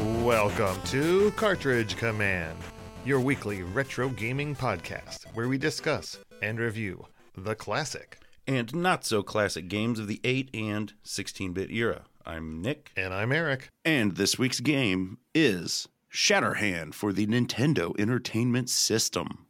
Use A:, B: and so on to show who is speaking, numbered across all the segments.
A: Welcome to Cartridge Command, your weekly retro gaming podcast where we discuss and review the classic.
B: and not so classic games of the 8 and 16 bit era. I'm Nick,
A: And I'm Eric.
B: and this week's game is Shatterhand for the Nintendo Entertainment System.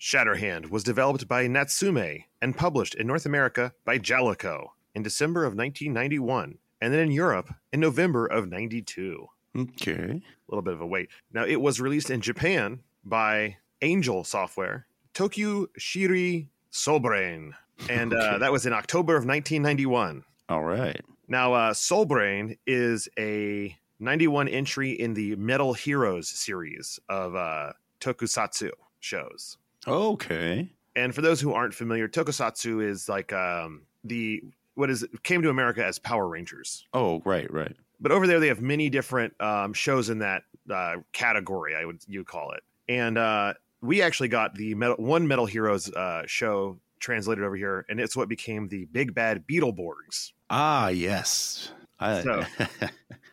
A: Shatterhand was developed by Natsume and published in North America by Jellicoe in December of 1991 and then in Europe in November of 92.
B: Okay.
A: a little bit of a wait. Now, it was released in Japan by Angel Software, Tokyo Shiri Soulbrain, and uh,
B: Okay.
A: that was in October of 1991.
B: All right.
A: Now, uh, Soulbrain is a 91 entry in the Metal Heroes series of uh, tokusatsu shows.
B: Okay.
A: And for those who aren't familiar, tokusatsu is like um, the what is came to America as Power Rangers
B: Oh, right, right.
A: but over there they have many different um, shows in that uh, category i would you call it and uh, we actually got the metal, one metal heroes uh, show translated over here and it's what became the big bad beetleborgs
B: Ah, yes. I,
A: So-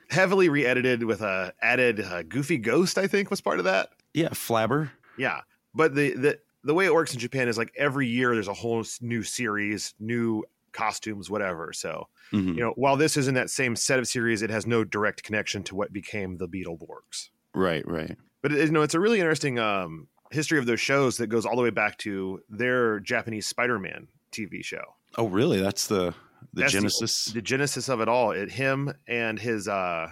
A: heavily re-edited with a added uh, goofy ghost i think was part of that
B: yeah, Flabber.
A: yeah but the, the the way it works in japan is like every year there's a whole s- new series new costumes whatever so
B: Mhm.
A: you know while this is in that same set of series it has no direct connection to what became the beetleborgs
B: Right, right.
A: but it, you know it's a really interesting um, history of those shows that goes all the way back to their japanese spider-man tv show
B: Oh, really? That's the the
A: That's the-
B: Genesis.
A: the genesis of it all it him and his uh,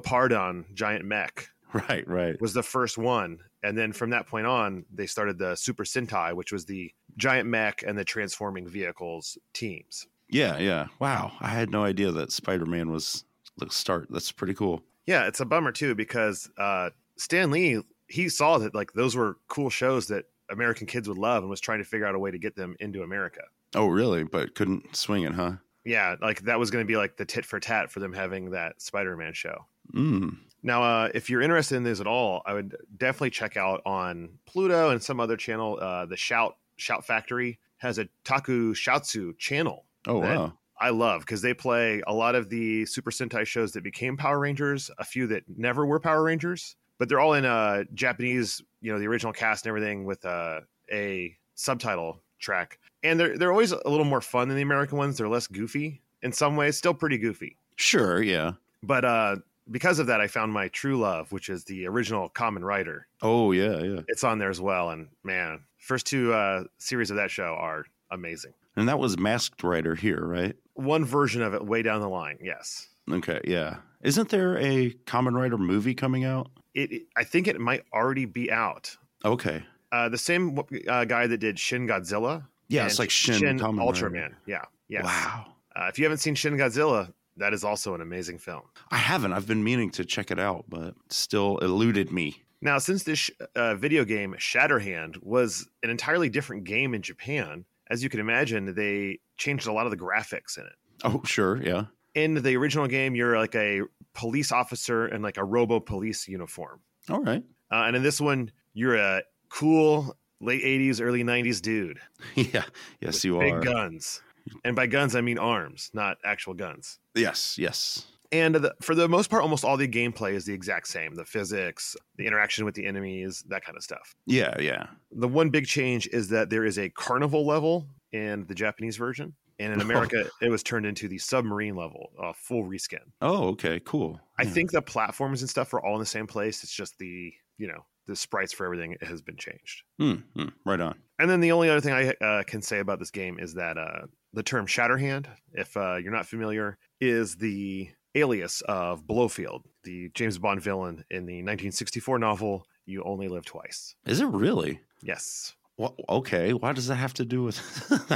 A: leopardon giant mech
B: Right, right.
A: was the first one and then from that point on they started the super sentai which was the giant mech and the transforming vehicles teams
B: Yeah, yeah. Wow. I had no idea that Spider Man was the start. That's pretty cool.
A: yeah it's a bummer too because uh, stan lee he saw that like those were cool shows that american kids would love and was trying to figure out a way to get them into america
B: Oh, really? But couldn't swing it, huh?
A: yeah, like that was going to be like the tit for tat for them having that Spider-Man show.
B: Mm.
A: Now, uh, if you're interested in this at all, I would definitely check out on Pluto and some other channel. Uh, the Shout Shout Factory has a Taku Shoutsu channel.
B: Oh,
A: That-
B: wow.
A: I love because they play a lot of the Super Sentai shows that became Power Rangers, a few that never were Power Rangers, but they're all in uh, Japanese, you know, the original cast and everything with uh, a subtitle track. And they're, they're always a little more fun than the American ones. They're less goofy in some ways, still pretty goofy.
B: Sure, yeah.
A: But uh, because of that, I found my true love, which is the original Common Rider.
B: Oh, yeah, yeah.
A: It's on there as well. And man, first two uh, series of that show are amazing.
B: And that was Masked Rider here, right?
A: One version of it way down the line, yes.
B: Okay, yeah. Isn't there a Common Rider movie coming out?
A: it, it- I think it might already be out.
B: Okay.
A: Uh, the same uh, guy that did Shin Godzilla,
B: Yeah,
A: and
B: it's like Shin, Kamen
A: Ultraman.
B: Rider.
A: Yeah, yes.
B: Wow.
A: Uh, if you haven't seen Shin Godzilla, that is also an amazing film.
B: I haven't. I've been meaning to check it out, but still eluded me.
A: Now, since this sh- uh, video game Shatterhand was an entirely different game in Japan, as you can imagine, they changed a lot of the graphics in it.
B: Oh, sure, yeah.
A: In the original game, you're like a police officer in like a robo police uniform,
B: All right.
A: uh, and in this one, you're a cool late '80s, early '90s dude.
B: yeah. Yes,
A: with
B: you
A: big
B: are.
A: guns. And by guns, I mean arms, not actual guns.
B: Yes, yes.
A: And the, for the most part, almost all the gameplay is the exact same the physics, the interaction with the enemies, that kind of stuff.
B: Yeah, yeah.
A: The one big change is that there is a carnival level in the Japanese version. And in America, it was turned into the submarine level, uh, full reskin.
B: Oh, okay, cool.
A: I
B: Yeah.
A: think the platforms and stuff are all in the same place. It's just the, you know, the sprites for everything has been changed.
B: Hmm, hmm, right on.
A: And then the only other thing I uh, can say about this game is that uh, the term Shatterhand, if uh, you're not familiar, is the alias of Blowfield, the James Bond villain in the 1964 novel You Only Live Twice.
B: Is it really?
A: Yes.
B: Wha okay, why does that have to do with?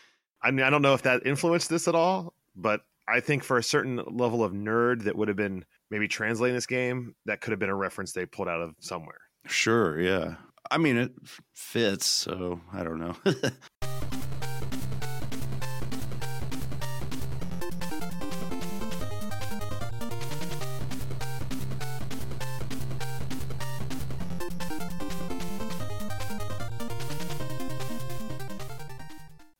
A: I mean, I don't know if that influenced this at all, but I think for a certain level of nerd that would have been maybe translating this game, that could have been a reference they pulled out of somewhere.
B: sure, yeah. I mean, it f- fits, so I don't know.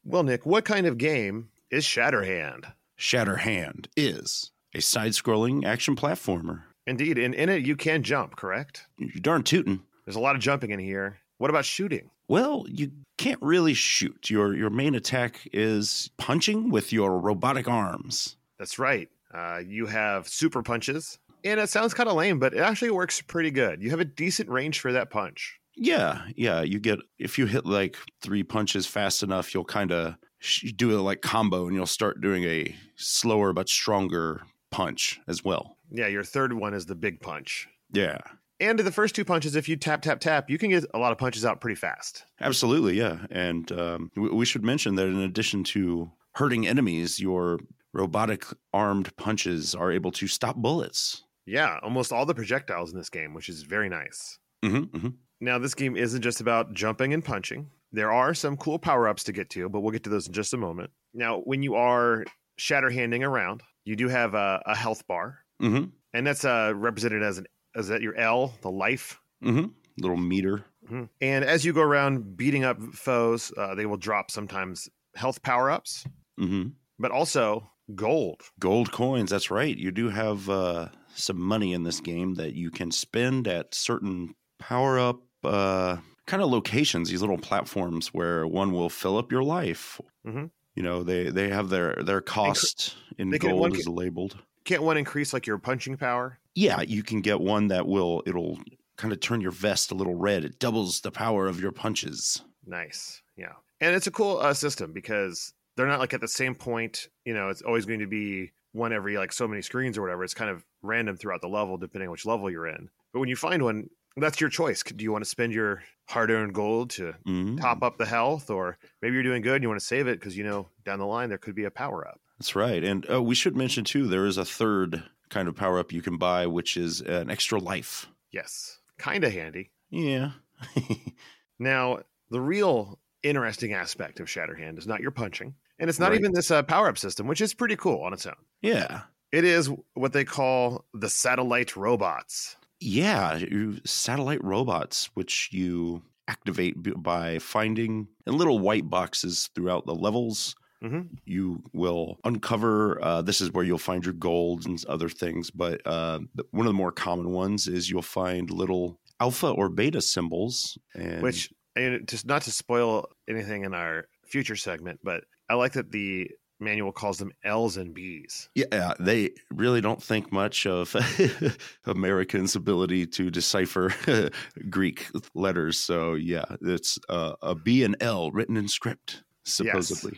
A: Well, Nick, what kind of game is Shatterhand?
B: Shatterhand is a side scrolling action platformer.
A: Indeed, and in it you can jump, correct?
B: You're darn tootin'.
A: There's a lot of jumping in here. What about shooting?
B: Well, you can't really shoot. Your your main attack is punching with your robotic arms.
A: That's right. Uh, you have super punches, and it sounds kind of lame, but it actually works pretty good. You have a decent range for that punch.
B: Yeah, yeah. You get if you hit like three punches fast enough, you'll kind of sh- do a like combo, and you'll start doing a slower but stronger punch as well.
A: Yeah, your third one is the big punch.
B: Yeah,
A: And the first two punches, if you tap, tap, tap, you can get a lot of punches out pretty fast.
B: absolutely. Yeah, and um, we, we should mention that in addition to hurting enemies, your robotic armed punches are able to stop bullets.
A: Yeah, almost all the projectiles in this game, which is very nice.
B: Mm-hmm, mm-hmm.
A: Now, this game isn't just about jumping and punching. There are some cool power ups to get to, but we'll get to those in just a moment. Now, when you are shatterhanding around, you do have a, a health bar,
B: Mm-hmm,
A: and that's uh, represented as an is that your L, the life.
B: mm-hmm. Little meter.
A: Mhm. And as you go around beating up foes, uh, they will drop sometimes health power ups,
B: Mm-hmm.
A: but also gold.
B: Gold coins, that's right. You do have uh, some money in this game that you can spend at certain power up uh, kind of locations, these little platforms where one will fill up your life.
A: Mhm.
B: You know, they, they have their, their cost in
A: they can- one
B: gold
A: can-
B: is labeled.
A: Can't one increase like your punching power?
B: Yeah, you can get one that will, it'll kind of turn your vest a little red. It doubles the power of your punches.
A: Nice. Yeah. And it's a cool uh, system because they're not like at the same point, you know, it's always going to be one every like so many screens or whatever. It's kind of random throughout the level, depending on which level you're in. But when you find one, that's your choice. Do you want to spend your hard earned gold to
B: Mhm.
A: top up the health? Or maybe you're doing good and you want to save it because, you know, down the line there could be a power up.
B: That's right. And uh, we should mention, too, there is a third kind of power up you can buy, which is an extra life.
A: Yes. Kind of handy.
B: Yeah.
A: Now, the real interesting aspect of Shatterhand is not your punching, and it's not
B: Right.
A: even this uh, power up system, which is pretty cool on its own.
B: yeah.
A: It is what they call the satellite robots.
B: Yeah. You, satellite robots, which you activate b- by finding in little white boxes throughout the levels.
A: Mhm.
B: You will uncover, uh, this is where you'll find your gold and other things. But uh, th- one of the more common ones is you'll find little alpha or beta symbols. And
A: Which, and just not to spoil anything in our future segment, but I like that the manual calls them L's and B's.
B: Yeah, they really don't think much of Americans' ability to decipher Greek letters. So yeah, it's uh, a B and L written in script, supposedly.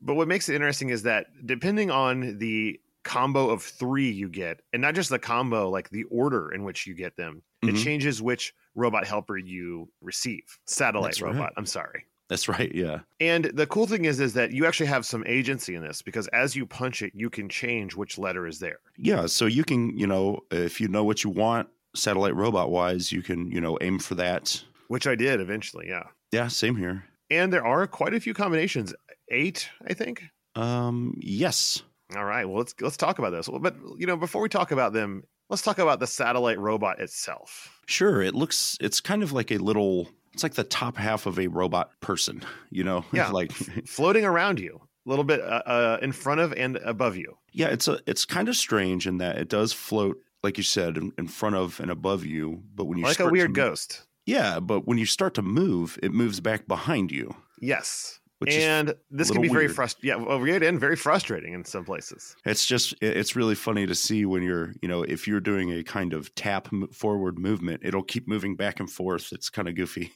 A: But what makes it interesting is that depending on the combo of three you get, and not just the combo, like the order in which you get them, it
B: Mhm.
A: changes which robot helper you receive. Satellite
B: That's right.
A: robot, I'm sorry.
B: That's right. Yeah.
A: And the cool thing is, is that you actually have some agency in this because as you punch it, you can change which letter is there.
B: Yeah. So you can, you know, if you know what you want satellite robot wise, you can, you know, aim for that.
A: Which I did eventually, yeah.
B: Yeah. Same here.
A: And there are quite a few combinations. Eight, I think.
B: Um, yes.
A: All right. Well, let's let's talk about those. Well, But you know, before we talk about them, let's talk about the satellite robot itself.
B: Sure. It looks, it's kind of like a little, it's like the top half of a robot person, you know,
A: Yeah.
B: like
A: Floating around you, a little bit uh, uh, in front of and above you.
B: Yeah, it's a it's kind of strange in that it does float, like you said, in, in front of and above you. But when you
A: Like a
B: start to
A: weird
B: mo-
A: ghost.
B: yeah, but when you start to move, it moves back behind you,
A: Yes.
B: which is
A: and this can
B: little
A: be very
B: weird.
A: frustrating. Yeah, well, weird and very frustrating in some places.
B: it's just it- it's really funny to see when you're you know if you're doing a kind of tap m- forward movement, it'll keep moving back and forth. It's kind of goofy.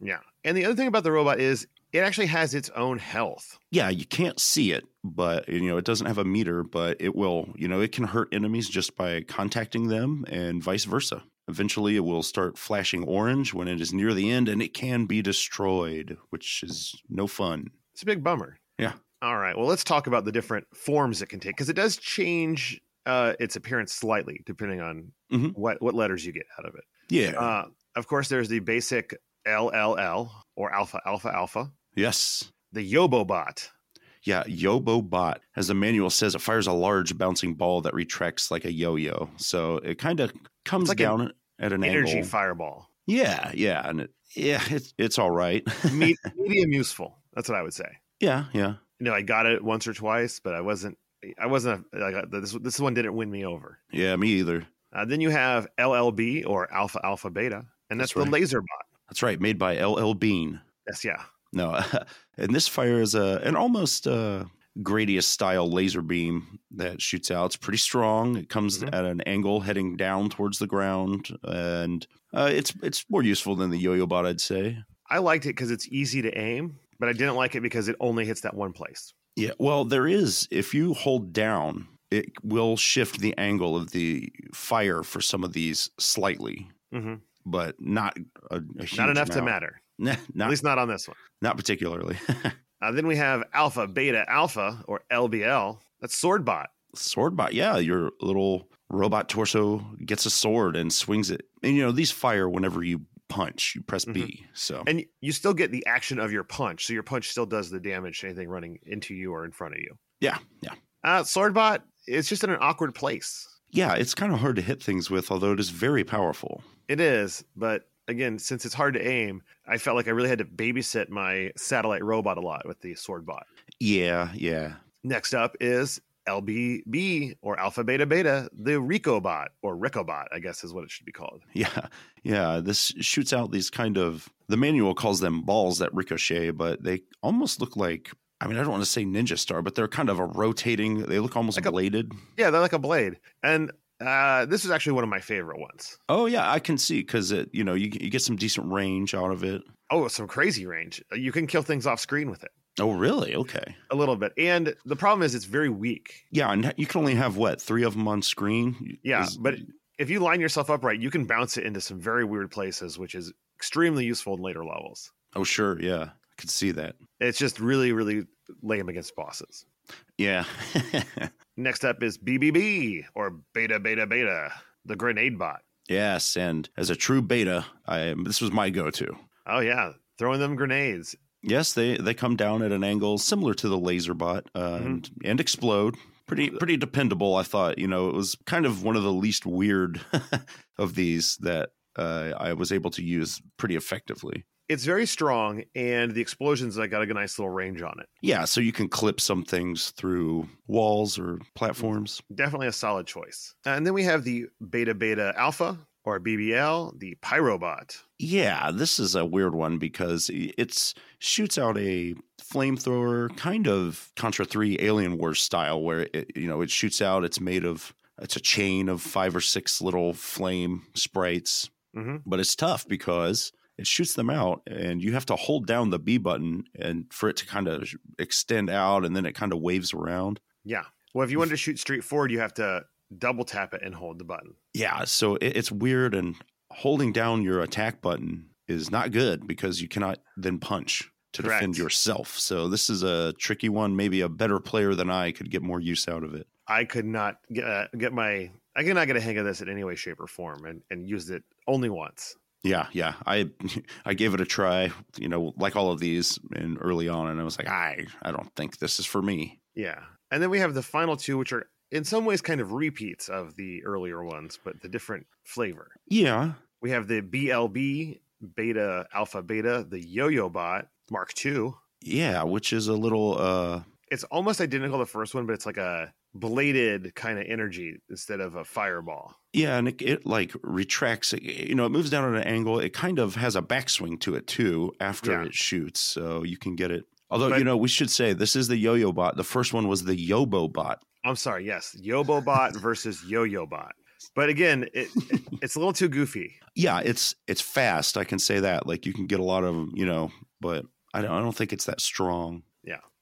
A: Yeah. And the other thing about the robot is it actually has its own health.
B: yeah, you can't see it, but you know it doesn't have a meter, but it will you know it can hurt enemies just by contacting them and vice versa. Eventually, it will start flashing orange when it is near the end, and it can be destroyed, which is no fun.
A: It's a big bummer.
B: Yeah.
A: All right. Well, let's talk about the different forms it can take because it does change uh, its appearance slightly depending on
B: Mhm.
A: what what letters you get out of it.
B: Yeah.
A: Uh, of course, there's the basic LLL or alpha alpha alpha.
B: yes.
A: The Yobobot.
B: Yeah. Yobo Bot, as the manual says, it fires a large bouncing ball that retracts like a yo-yo. So it kind of comes
A: like
B: down at an
A: energy
B: angle.
A: fireball.
B: yeah. Yeah. And it, yeah, it's it's all right.
A: Me- medium useful. That's what I would say.
B: Yeah, yeah.
A: You know, I got it once or twice, but I wasn't. I wasn't. A, like, uh, this this one didn't win me over.
B: Yeah, me either.
A: Uh, then you have LLB or Alpha Alpha Beta, and that's,
B: That's
A: the
B: right.
A: laser bot.
B: That's right, made by LL Bean.
A: Yes, yeah.
B: No, and this fires a an almost uh, Gradius style laser beam that shoots out. It's pretty strong. It comes
A: Mhm.
B: at an angle heading down towards the ground, and uh, it's it's more useful than the yo-yo bot, I'd say.
A: I liked it because it's easy to aim, but I didn't like it because it only hits that one place.
B: Yeah, well, there is. If you hold down, it will shift the angle of the fire for some of these slightly,
A: hmm
B: but not a, a huge
A: Not enough to
B: amount.
A: matter.
B: Nah,
A: At
B: not
A: least not on this one.
B: not particularly.
A: Uh, then we have Alpha Beta Alpha or LBL. That's Sword Bot.
B: sword bot. Yeah, your little robot torso gets a sword and swings it. And you know, these fire whenever you punch, you press
A: Mm-hmm.
B: B. So
A: And you still get the action of your punch, so your punch still does the damage to anything running into you or in front of you.
B: yeah, yeah.
A: Uh, Swordbot, it's just in an awkward place.
B: Yeah, it's kind of hard to hit things with, although it is very powerful.
A: It is, but again, since it's hard to aim, I felt like I really had to babysit my satellite robot a lot with the Swordbot.
B: Yeah, yeah.
A: Next up is LBB or Alpha Beta Beta, the Ricobot or Ricobot, I guess is what it should be called.
B: Yeah, yeah. This shoots out these kind of the manual calls them balls that ricochet, but they almost look like I mean I don't want to say ninja star, but they're kind of a rotating. They look almost
A: Like a-
B: bladed.
A: Yeah, they're like a blade. And uh, this is actually one of my favorite ones.
B: oh yeah, I can see because it you know you you get some decent range out of it.
A: Oh, some crazy range. You can kill things off screen with it.
B: Oh really? Okay.
A: a little bit. And the problem is it's very weak.
B: Yeah, and you can only have what three of them on screen.
A: Yeah,
B: Is-
A: but if you line yourself up right, you can bounce it into some very weird places, which is extremely useful in later levels.
B: oh sure, yeah, I could see that.
A: It's just really, really lame against bosses.
B: Yeah,
A: Next up is BBB or Beta Beta Beta, the grenade bot.
B: yes, and as a true beta, I this was my go-to.
A: Oh yeah, throwing them grenades.
B: Yes, they they come down at an angle similar to the laser bot uh,
A: Mhm.
B: and, and explode. Pretty pretty dependable, I thought. You know, it was kind of one of the least weird of these that uh, I was able to use pretty effectively.
A: It's very strong, and the explosions I got a nice little range on it.
B: Yeah, so you can clip some things through walls or platforms.
A: Definitely a solid choice. And then we have the Beta Beta Alpha or BBL, the Pyrobot.
B: Yeah, this is a weird one because it's shoots out a flamethrower, kind of Contra Three Alien Wars style, where it you know it shoots out. It's made of it's a chain of five or six little flame sprites,
A: hmm
B: but it's tough because it shoots them out, and you have to hold down the B button and for it to kind of extend out, and then it kind of waves around.
A: Yeah. Well, if you wanted to shoot straight forward, you have to double tap it and hold the button.
B: yeah so it, it's weird and holding down your attack button is not good because you cannot then punch to defend
A: Correct.
B: yourself so this is a tricky one maybe a better player than i could get more use out of it
A: I could not get, uh, get my I could not get a hang of this in any way, shape, or form, and and used it only once.
B: yeah yeah i i gave it a try you know like all of these and early on and i was like i i don't think this is for me
A: Yeah. And then we have the final two, which are in some ways kind of repeats of the earlier ones, but the different flavor.
B: yeah
A: We have the BLB Beta Alpha Beta, the Yo-Yo Bot Mark II.
B: yeah which is a little uh
A: It's almost identical to the first one, but it's like a bladed kind of energy instead of a fireball.
B: Yeah, and it, it like retracts. it- You know, it moves down at an angle. It kind of has a backswing to it too after
A: Yeah.
B: it shoots, so you can get it. Although
A: But-
B: you know, we should say this is the yo-yo bot. The first one was the yobo bot.
A: I'm sorry. Yes, Yobo Bot versus Yo-Yo Bot. But again, it, it- it's a little too goofy.
B: Yeah, it's it's fast. I can say that. Like you can get a lot of 'em, you know, but I don't. I don't think it's that strong.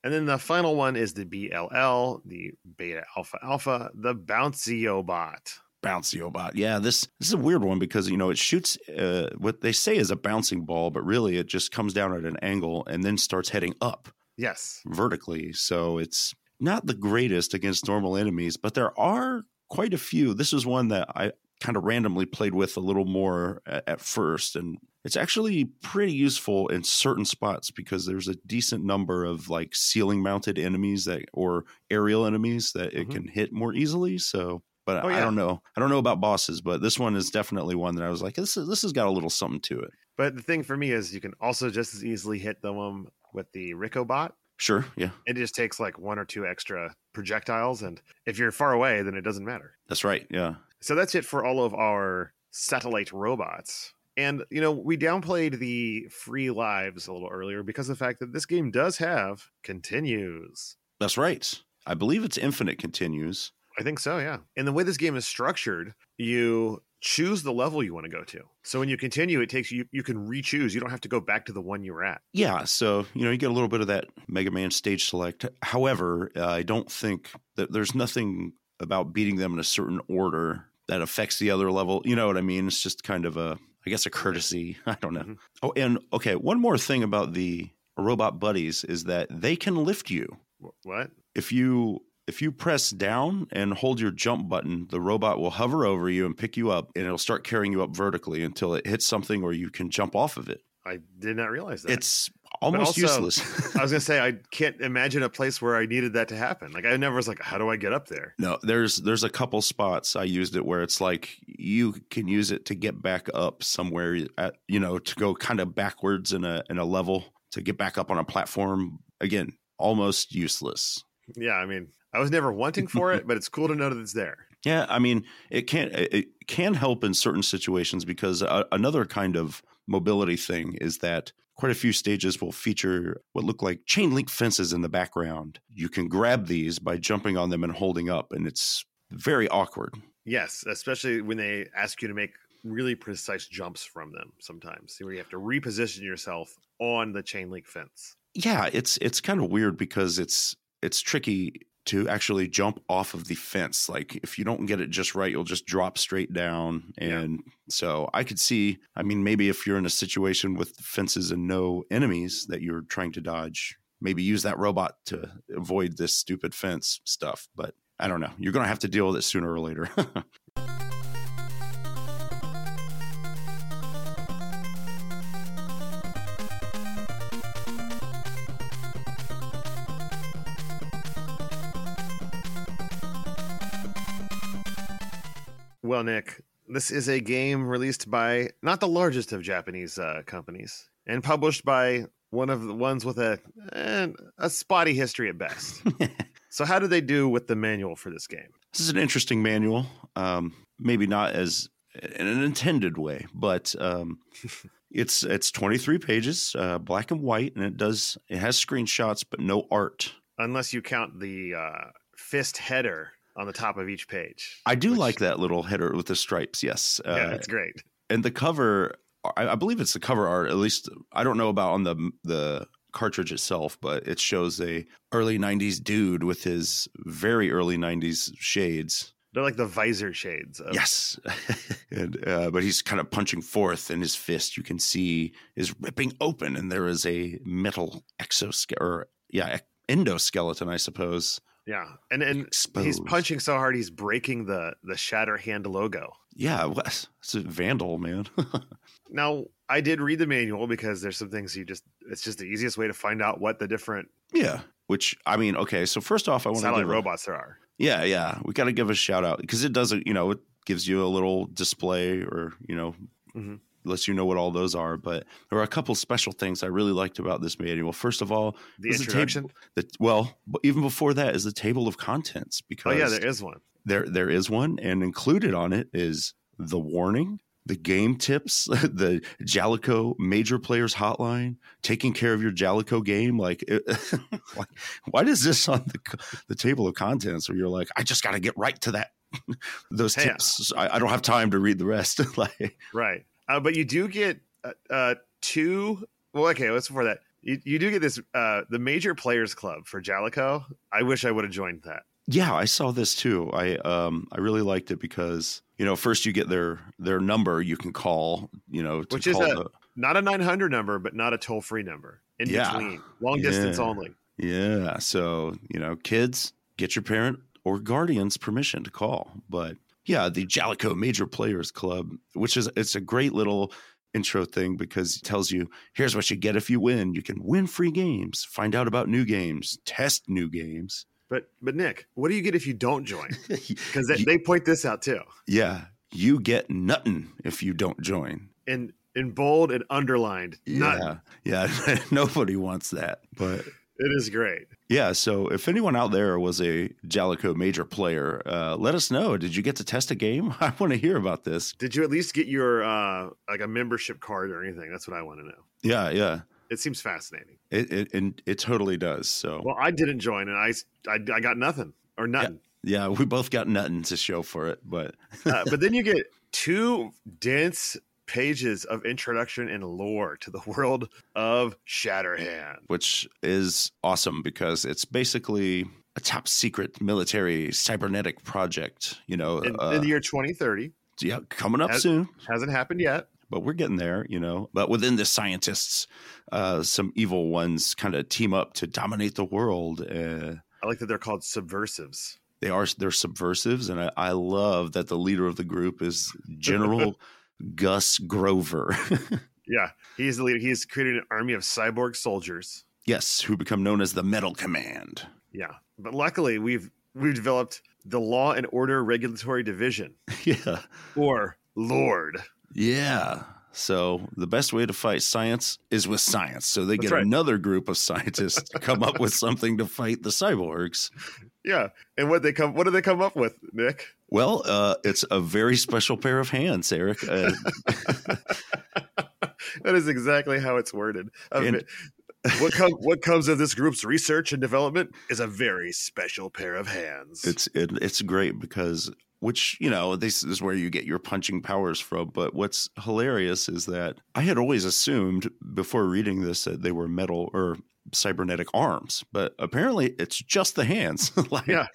A: And then the final one is the BLL, the Beta Alpha Alpha, the Bouncy Bot.
B: Bouncy bot. Yeah, this this is a weird one because you know it shoots uh, what they say is a bouncing ball, but really it just comes down at an angle and then starts heading up.
A: Yes,
B: vertically. So it's not the greatest against normal enemies, but there are quite a few. This is one that I kind of randomly played with a little more at, at first. And it's actually pretty useful in certain spots because there's a decent number of like ceiling mounted enemies that or aerial enemies that it
A: Mhm.
B: can hit more easily. So. But
A: Oh,
B: I
A: yeah.
B: don't know. I don't know about bosses, but this one is definitely one that I was like, this is, this has got a little something to it.
A: but the thing for me is you can also just as easily hit them with the Rico Bot
B: Sure. Yeah.
A: It just takes like one or two extra projectiles. And if you're far away, then it doesn't matter.
B: That's right. Yeah.
A: So that's it for all of our satellite robots. And, you know, we downplayed the free lives a little earlier because of the fact that this game does have continues.
B: That's right. I believe it's infinite continues.
A: I think so, yeah. And the way this game is structured, you choose the level you want to go to. So when you continue, it takes you you can re-choose. You don't have to go back to the one you were at.
B: Yeah, so you know you get a little bit of that Mega Man stage select. However, uh, I don't think that there's nothing about beating them in a certain order that affects the other level. You know what I mean? It's just kind of a I guess a courtesy. I don't know.
A: Mhm.
B: Oh, and okay, one more thing about the robot buddies is that they can lift you.
A: Wh- What?
B: if you if you press down and hold your jump button, the robot will hover over you and pick you up, and it'll start carrying you up vertically until it hits something or you can jump off of it.
A: I did not realize that.
B: It's almost
A: also-
B: useless.
A: I was gonna say I can't imagine a place where I needed that to happen. Like I never was like, how do I get up there?
B: no, there's there's a couple spots I used it where it's like you can use it to get back up somewhere, at, you know, to go kind of backwards in a in a level to get back up on a platform. Again, almost useless.
A: Yeah, I mean, I was never wanting for it, but it's cool to know that it's there.
B: Yeah, I mean, it can it it can help in certain situations because uh, another kind of mobility thing is that quite a few stages will feature what look like chain link fences in the background. You can grab these by jumping on them and holding up, and it's very awkward.
A: Yes, especially when they ask you to make really precise jumps from them sometimes, where you have to reposition yourself on the chain link fence.
B: Yeah, it's it's kind of weird because it's it's tricky to actually jump off of the fence. Like if you don't get it just right, you'll just drop straight down.
A: Yeah.
B: And so I could see, I mean, maybe if you're in a situation with fences and no enemies that you're trying to dodge, maybe use that robot to avoid this stupid fence stuff. But I don't know. You're going to have to deal with it sooner or later.
A: Well, Nick, this is a game released by not the largest of Japanese uh, companies and published by one of the ones with a eh, a spotty history at best. so, how did they do with the manual for this game?
B: This is an interesting manual. Um, maybe not as in an intended way, but um, it's it's 23 pages, uh, black and white, and it does it has screenshots, but no art.
A: Unless you count the uh, fist header on the top of each page.
B: I do
A: Which-
B: like that little header with the stripes. Yes, uh,
A: yeah, it's great.
B: and the cover. I, I believe it's the cover art. At least I don't know about on the the cartridge itself, but it shows a early 90s dude with his very early 90s shades
A: They're like the visor shades. Of,
B: Yes. and, uh, but he's kind of punching forth, and his fist, you can see, is ripping open, and there is a metal exoskeleton, or yeah, ec- endoskeleton, I suppose.
A: Yeah. And and he's
B: exposed.
A: punching so hard he's breaking the the shatter hand logo.
B: Yeah, wha- it's a vandal, man.
A: Now, I did read the manual because there's some things you just it's just the easiest way to find out what the different
B: yeah. Which I mean, okay. So first off, I want to
A: satellite
B: give a,
A: robots there are.
B: yeah, yeah, we got to give a shout out because it doesn't, you know, it gives you a little display or you know.
A: Mhm.
B: Lets you know what all those are, but there are a couple special things I really liked about this manual. First of all,
A: The
B: Is the
A: introduction.
B: the well but even before that is the table of contents
A: oh
B: because
A: yeah, there is one.
B: there there is one and included on it is the warning the game tips the jalico major players hotline taking care of your jalico game like, it, like why does this on the, co- the table of contents where you're like i just got to get right to that those
A: Hey,
B: tips I, I don't have time to read the rest like
A: Right. Uh, but you do get uh, uh two well okay, let's before that. You, you do get this uh the major players club for Jalico. I wish I would have joined that.
B: Yeah, I saw this too. I um I really liked it because you know first you get their their number you can call you know to
A: Which is
B: call
A: a- Not a 900 number, but not a toll-free number. In
B: Yeah.
A: between. Long distance
B: Yeah.
A: only.
B: the yeah. So you know kids get your parent or guardian's permission to call. But yeah, the Jalico Major Players Club, which is it's a great little intro thing because it tells you here's what you get if you win. You can win free games, find out about new games, test new games.
A: But but Nick, what do you get if you don't join? Because they, they point this out too.
B: yeah, you get nothing if you don't join.
A: In in bold and underlined. Not
B: Yeah, yeah. Nobody wants that, but
A: It is great.
B: Yeah, so if anyone out there was a Jalico major player, uh, let us know. Did you get to test a game? I want to hear about this.
A: Did you at least get your uh, like a membership card or anything? That's what I want to know.
B: Yeah, yeah.
A: It seems fascinating.
B: It it and it totally does. So
A: Well, I didn't join, and I I, I got nothing or nothing.
B: yeah, we both got nothing to show for it, but
A: Uh, but then you get two dense pages of introduction and lore to the world of Shatterhand.
B: which is awesome because it's basically a top secret military cybernetic project. You know,
A: In,
B: uh,
A: in the year 2030,
B: yeah, coming up
A: Has-
B: soon.
A: hasn't happened yet.
B: but we're getting there, you know. But within the scientists, uh, some evil ones kind of team up to dominate the world. Uh,
A: I like that they're called subversives.
B: they are they're subversives, and I, I love that the leader of the group is General Gus Grover.
A: Yeah, he's the leader. He's created an army of cyborg soldiers.
B: yes, who become known as the Metal Command.
A: Yeah, but luckily we've we've developed the Law and Order Regulatory Division,
B: yeah,
A: or Lord.
B: yeah. So the best way to fight science is with science. So they
A: That's
B: get
A: right.
B: another group of scientists to come up with something to fight the cyborgs.
A: Yeah, and what they come, what do they come up with, Nick?
B: Well, uh, it's a very special pair of hands, Eric. Uh,
A: That is exactly how it's worded. Of
B: And-
A: it. what comes what comes of this group's research and development is a very special pair of hands.
B: It's it, it's great because which you know this is where you get your punching powers from. But what's hilarious is that I had always assumed before reading this that they were metal or cybernetic arms, but apparently it's just the hands. like,
A: Yeah.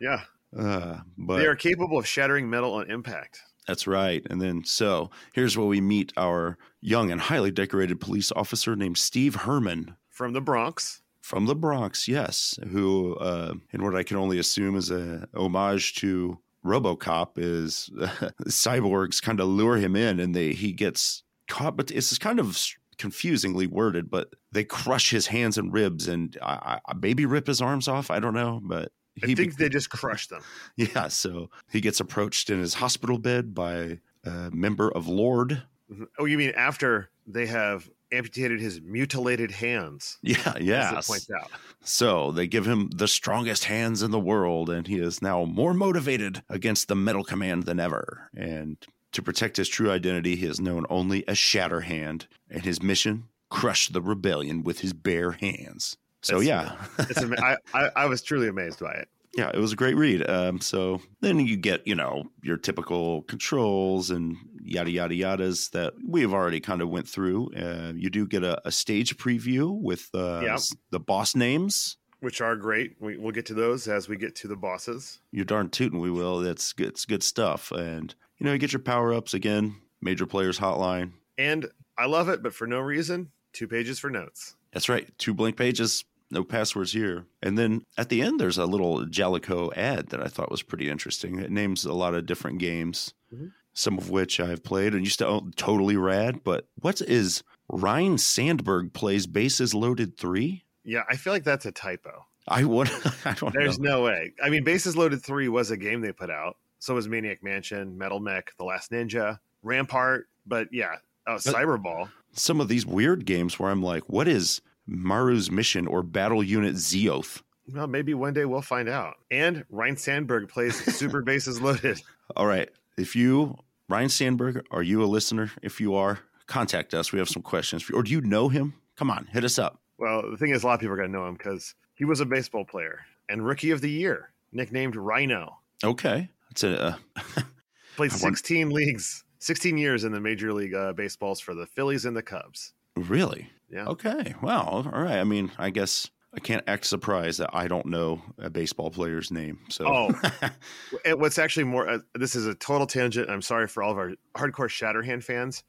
A: yeah,
B: uh, but
A: they are capable of shattering metal on impact.
B: that's right. And then so here's where we meet our young and highly decorated police officer named Steve Herman.
A: From the Bronx,
B: From the Bronx, yes, who, uh, in what I can only assume is a homage to RoboCop, is cyborgs kind of lure him in, and they he gets caught. But it's kind of confusingly worded, but they crush his hands and ribs, and I, I, maybe rip his arms off. I don't know, but
A: I
B: he be-
A: think they just crushed them.
B: yeah. So he gets approached in his hospital bed by a member of Lord.
A: Mhm. Oh, you mean after they have amputated his mutilated hands?
B: Yeah,
A: as
B: yeah.
A: it points out.
B: So they give him the strongest hands in the world, and he is now more motivated against the Metal Command than ever. And to protect his true identity, he is known only as Shatterhand, and his mission crush the rebellion with his bare hands. So
A: That's
B: yeah,
A: It's ama- I, I I was truly amazed by it.
B: yeah, it was a great read. Um, so then you get you know your typical controls and yada yada yadas that we have already kind of went through. Uh, you do get a, a stage preview with uh,
A: Yep.
B: s- the boss names.
A: Which are great. We, we'll get to those as we get to the bosses.
B: you're darn tootin' we will. That's good, it's good stuff. And you know, you get your power ups again. Major players hotline.
A: And I love it, but for no reason. Two pages for notes.
B: That's right. Two blank pages, no passwords here. And then at the end, there's a little Jellicoe ad that I thought was pretty interesting. It names a lot of different games,
A: Mhm.
B: some of which I've played and used to own totally rad. But what is Ryan Sandberg plays Bases Loaded Three?
A: Yeah, I feel like that's a typo.
B: I would. I don't
A: There's
B: know.
A: no way. I mean, Bases Loaded 3 was a game they put out. So was Maniac Mansion, Metal Mech, The Last Ninja, Rampart. But yeah, oh, Cyberball.
B: Some of these weird games where I'm like, what is Maru's mission or Battle Unit Zeoth?
A: Well, maybe one day we'll find out. And Ryan Sandberg plays Super Bases Loaded.
B: All right. If you, Ryan Sandberg, are you a listener? If you are, contact us. We have some questions. For you. Or do you know him? Come on, hit us up.
A: Well, the thing is, a lot of people are going to know him because he was a baseball player and rookie of the year, nicknamed Rhino.
B: Okay. It's a, uh,
A: Played
B: I wonder-
A: 16 leagues, 16 years in the major league uh, baseballs for the Phillies and the Cubs.
B: really?
A: Yeah.
B: Okay. Wow. All right. I mean, I guess I can't act surprised that I don't know a baseball player's name. So,
A: Oh. And what's actually more, uh, this is a total tangent. I'm sorry for all of our hardcore Shatterhand fans.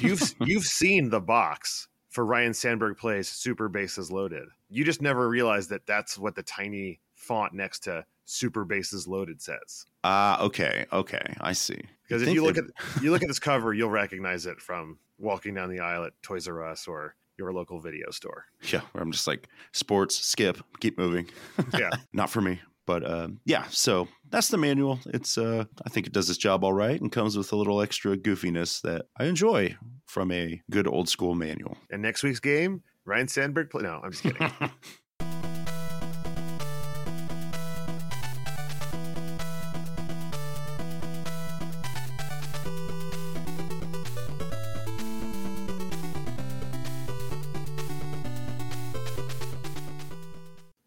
A: You've you've seen the box for Ryan Sandberg plays Super Bases Loaded. You just never realized that that's what the tiny font next to Super Bases Loaded says.
B: ah, okay. Okay. I see.
A: Because if
B: think
A: you look
B: they're-
A: at you look at this cover, you'll recognize it from walking down the aisle at Toys R Us or your local video store.
B: yeah, where I'm just like, sports, skip, keep moving.
A: Yeah.
B: Not for me. But um, yeah, so that's the manual. It's uh, I think it does its job all right and comes with a little extra goofiness that I enjoy from a good old school manual.
A: And next week's game, Ryan Sandberg play. No, I'm just kidding.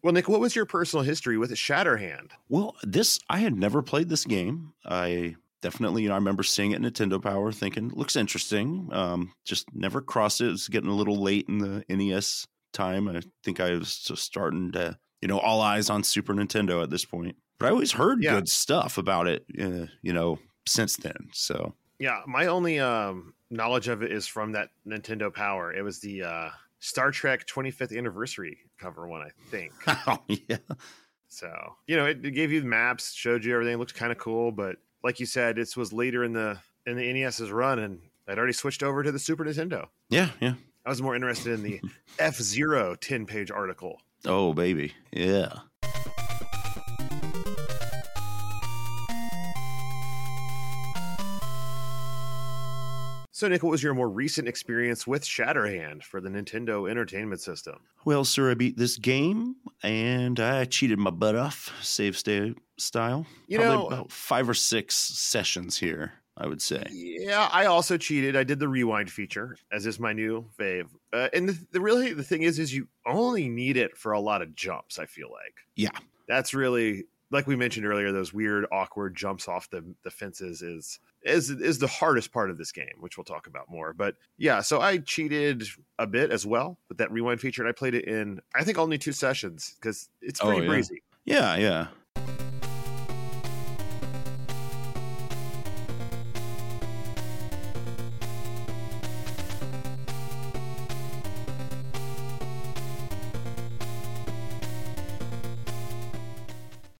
A: Well, Nick, what was your personal history with Shatterhand?
B: Well, this I had never played this game. I definitely, you know, I remember seeing it Nintendo Power, thinking looks interesting. Um, just never crossed it. It's getting a little late in the NES time. I think I was just starting to, you know, all eyes on Super Nintendo at this point. But I always heard
A: Yeah.
B: good stuff about it, uh, you know, since then. So
A: Yeah, my only um, knowledge of it is from that Nintendo Power. It was the uh, Star Trek 25th anniversary cover one, I think.
B: yeah,
A: So you know, it, it gave you the maps, showed you everything, looked kind of cool. But like you said, this was later in the in the NES's run, and I'd already switched over to the Super Nintendo.
B: yeah, yeah.
A: I was more interested in the F Zero 10 page article.
B: Oh baby, yeah.
A: So, Nick, what was your more recent experience with Shatterhand for the Nintendo Entertainment System?
B: Well, sir, I beat this game and I cheated my butt off, save state style.
A: You
B: Probably
A: know-
B: about five or six sessions here, I would say.
A: Yeah, I also cheated. I did the rewind feature, as is my new fave. Uh, and the, the really the thing is, is you only need it for a lot of jumps. I feel like.
B: Yeah.
A: that's really like we mentioned earlier. Those weird, awkward jumps off the the fences is is is the hardest part of this game, which we'll talk about more. But yeah, so I cheated a bit as well with that rewind feature, and I played it in I think only two sessions because it's
B: Oh,
A: pretty
B: yeah.
A: breezy.
B: Yeah, yeah.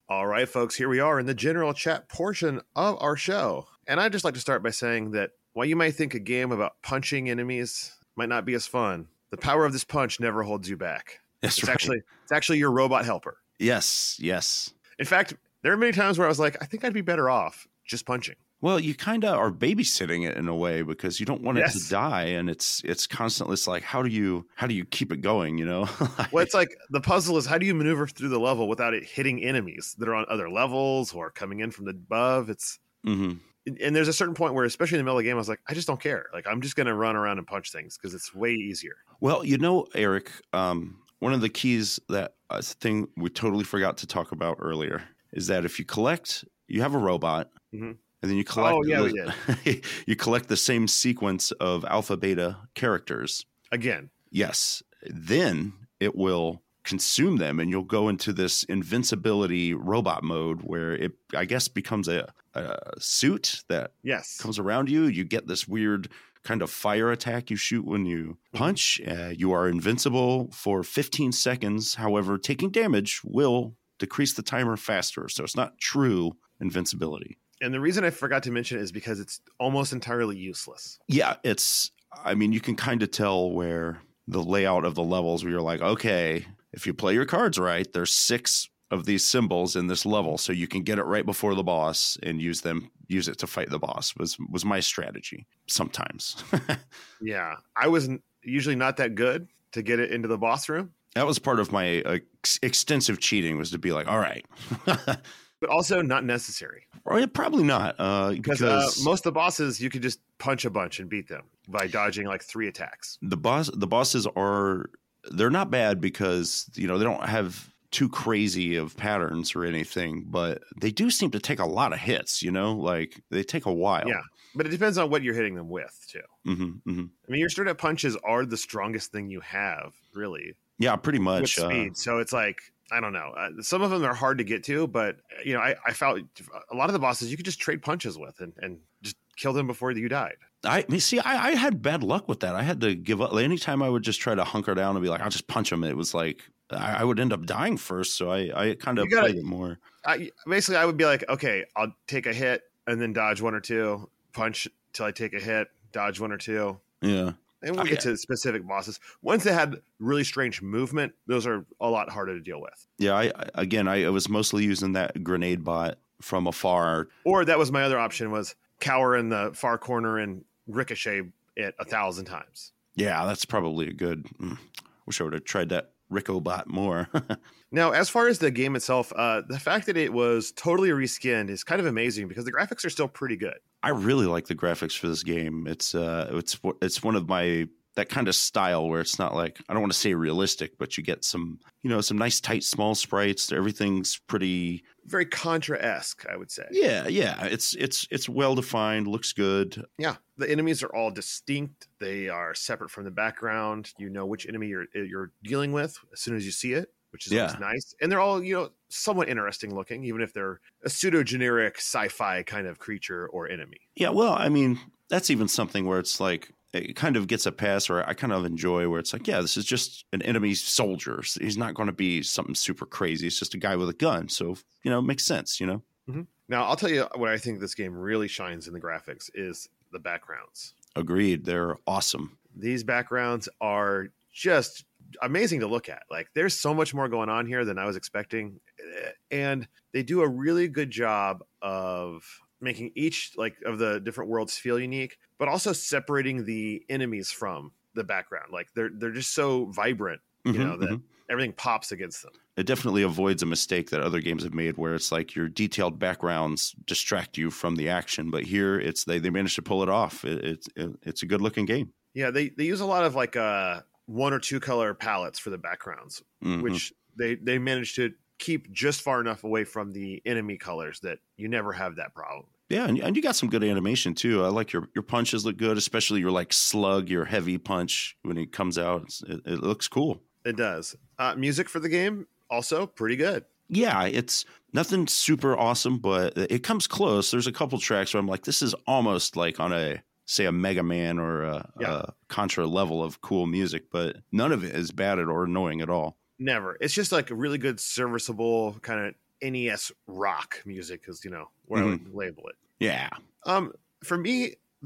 A: All right, folks, here we are in the general chat portion of our show. And I'd just like to start by saying that while you might think a game about punching enemies might not be as fun, the power of this punch never holds you back.
B: That's
A: It's
B: right.
A: actually it's actually your robot helper.
B: Yes, yes.
A: In fact, there are many times where I was like, I think I'd be better off just punching.
B: Well, you kind of are babysitting it in a way because you don't want it
A: Yes.
B: to die, and it's it's constantly it's like how do you how do you keep it going? You know, Like,
A: Well, it's like the puzzle is how do you maneuver through the level without it hitting enemies that are on other levels or coming in from the above? It's
B: Mhm.
A: and- and there's a certain point where, especially in the middle of the game, I was like, I just don't care. Like, I'm just going to run around and punch things because it's way easier.
B: Well, you know, Eric, um, one of the keys that uh, thing we totally forgot to talk about earlier is that if you collect, you have a robot,
A: Mhm.
B: and then you collect.
A: Oh, yeah, we
B: the, you collect the same sequence of alpha beta characters.
A: Again,
B: Yes. Then it will consume them and you'll go into this invincibility robot mode where it I guess becomes a, a suit that
A: Yes.
B: comes around you. You get this weird kind of fire attack you shoot when you punch. Uh, you are invincible for 15 seconds. However, taking damage will decrease the timer faster. So it's not true invincibility.
A: And the reason I forgot to mention it is because it's almost entirely useless.
B: yeah it's i mean you can kind of tell where the layout of the levels where you're like okay if you play your cards right there's six of these symbols in this level so you can get it right before the boss and use them use it to fight the boss was was my strategy sometimes
A: Yeah. I was n- usually not that good to get it into the boss room,
B: that was part of my ex- extensive cheating was to be like all right
A: but also not necessary
B: or yeah, probably not uh,
A: because
B: because
A: uh, most of the bosses you could just punch a bunch and beat them by dodging like three attacks.
B: the boss the bosses are they're not bad because you know they don't have too crazy of patterns or anything but they do seem to take a lot of hits you know like they take a while
A: Yeah. But it depends on what you're hitting them with, too.
B: hmm hmm
A: I mean, your straight up punches are the strongest thing you have, really,
B: yeah pretty
A: with
B: much uh,
A: speed. so it's like, I don't know. Uh, some of them are hard to get to, but, you know, I, I felt a lot of the bosses you could just trade punches with and, and just kill them before you died.
B: i I mean, see I, I had bad luck with that i had to give up like, anytime i would just try to hunker down and be like i'll just punch him it was like i, I would end up dying first so i, I kind of
A: You gotta-
B: played it more
A: I basically I would be like, okay, I'll take a hit and then dodge one or two, punch till I take a hit, dodge one or two,
B: yeah
A: and we'll
B: Oh,
A: get to specific bosses. Ones that had really strange movement, those are a lot harder to deal with.
B: yeah i I- again i, I was mostly using that grenade bot from afar
A: Or that was my other option was cower in the far corner and ricochet it a thousand times.
B: Yeah, that's probably a good. mm, Wish I would have tried that Rickobot more.
A: Now, as far as the game itself, uh, the fact that it was totally reskinned is kind of amazing because the graphics are still pretty good.
B: I really like the graphics for this game. It's uh, it's it's one of my that kind of style where it's not like I don't want to say realistic, but you get some you know some nice tight small sprites. Everything's pretty
A: Very Contra esque, I would say.
B: yeah yeah. It's it's it's well defined, looks good.
A: Yeah, the enemies are all distinct. They are separate from the background. You know which enemy you're eh, you're dealing with as soon as you see it, which is
B: Yeah.
A: always nice. And they're all you know somewhat interesting looking, even if they're a pseudo generic sci-fi kind of creature or enemy.
B: Yeah, well, I mean that's even something where it's like it kind of gets a pass, or I kind of enjoy where it's like, yeah, this is just an enemy soldier. So He's not going to be something super crazy. It's just a guy with a gun, so you know, it makes sense. You know,
A: Now, I'll tell you what I think this game really shines in the graphics is the backgrounds.
B: agreed. They're awesome.
A: These backgrounds are just amazing to look at. Like, there's so much more going on here than I was expecting. Eh, And they do a really good job of making each like of the different worlds feel unique, but also separating the enemies from the background. Like they're they're just so vibrant.
B: Mhm,
A: know, that-
B: mhm.
A: Everything pops against them.
B: it definitely avoids a mistake that other games have made where it's like your detailed backgrounds distract you from the action but here it's they they managed to pull it off it, it's it, it's a good looking game
A: Yeah, they they use a lot of like uh one or two color palettes for the backgrounds,
B: Mhm.
A: which they they managed to keep just far enough away from the enemy colors that you never have that problem.
B: yeah and, and you got some good animation too i like your your punches look good especially your like slug your heavy punch when it comes out It's- it, it looks cool
A: It does. Uh, music for the game also pretty good.
B: yeah it's nothing super awesome but it comes close there's a couple tracks where i'm like this is almost like on a say a mega man or a,
A: Yeah.
B: a contra level of cool music but none of it is bad or annoying at all
A: Never. It's just like a really good serviceable kind of NES rock music is you know where I would label it.
B: Yeah.
A: Um, for me,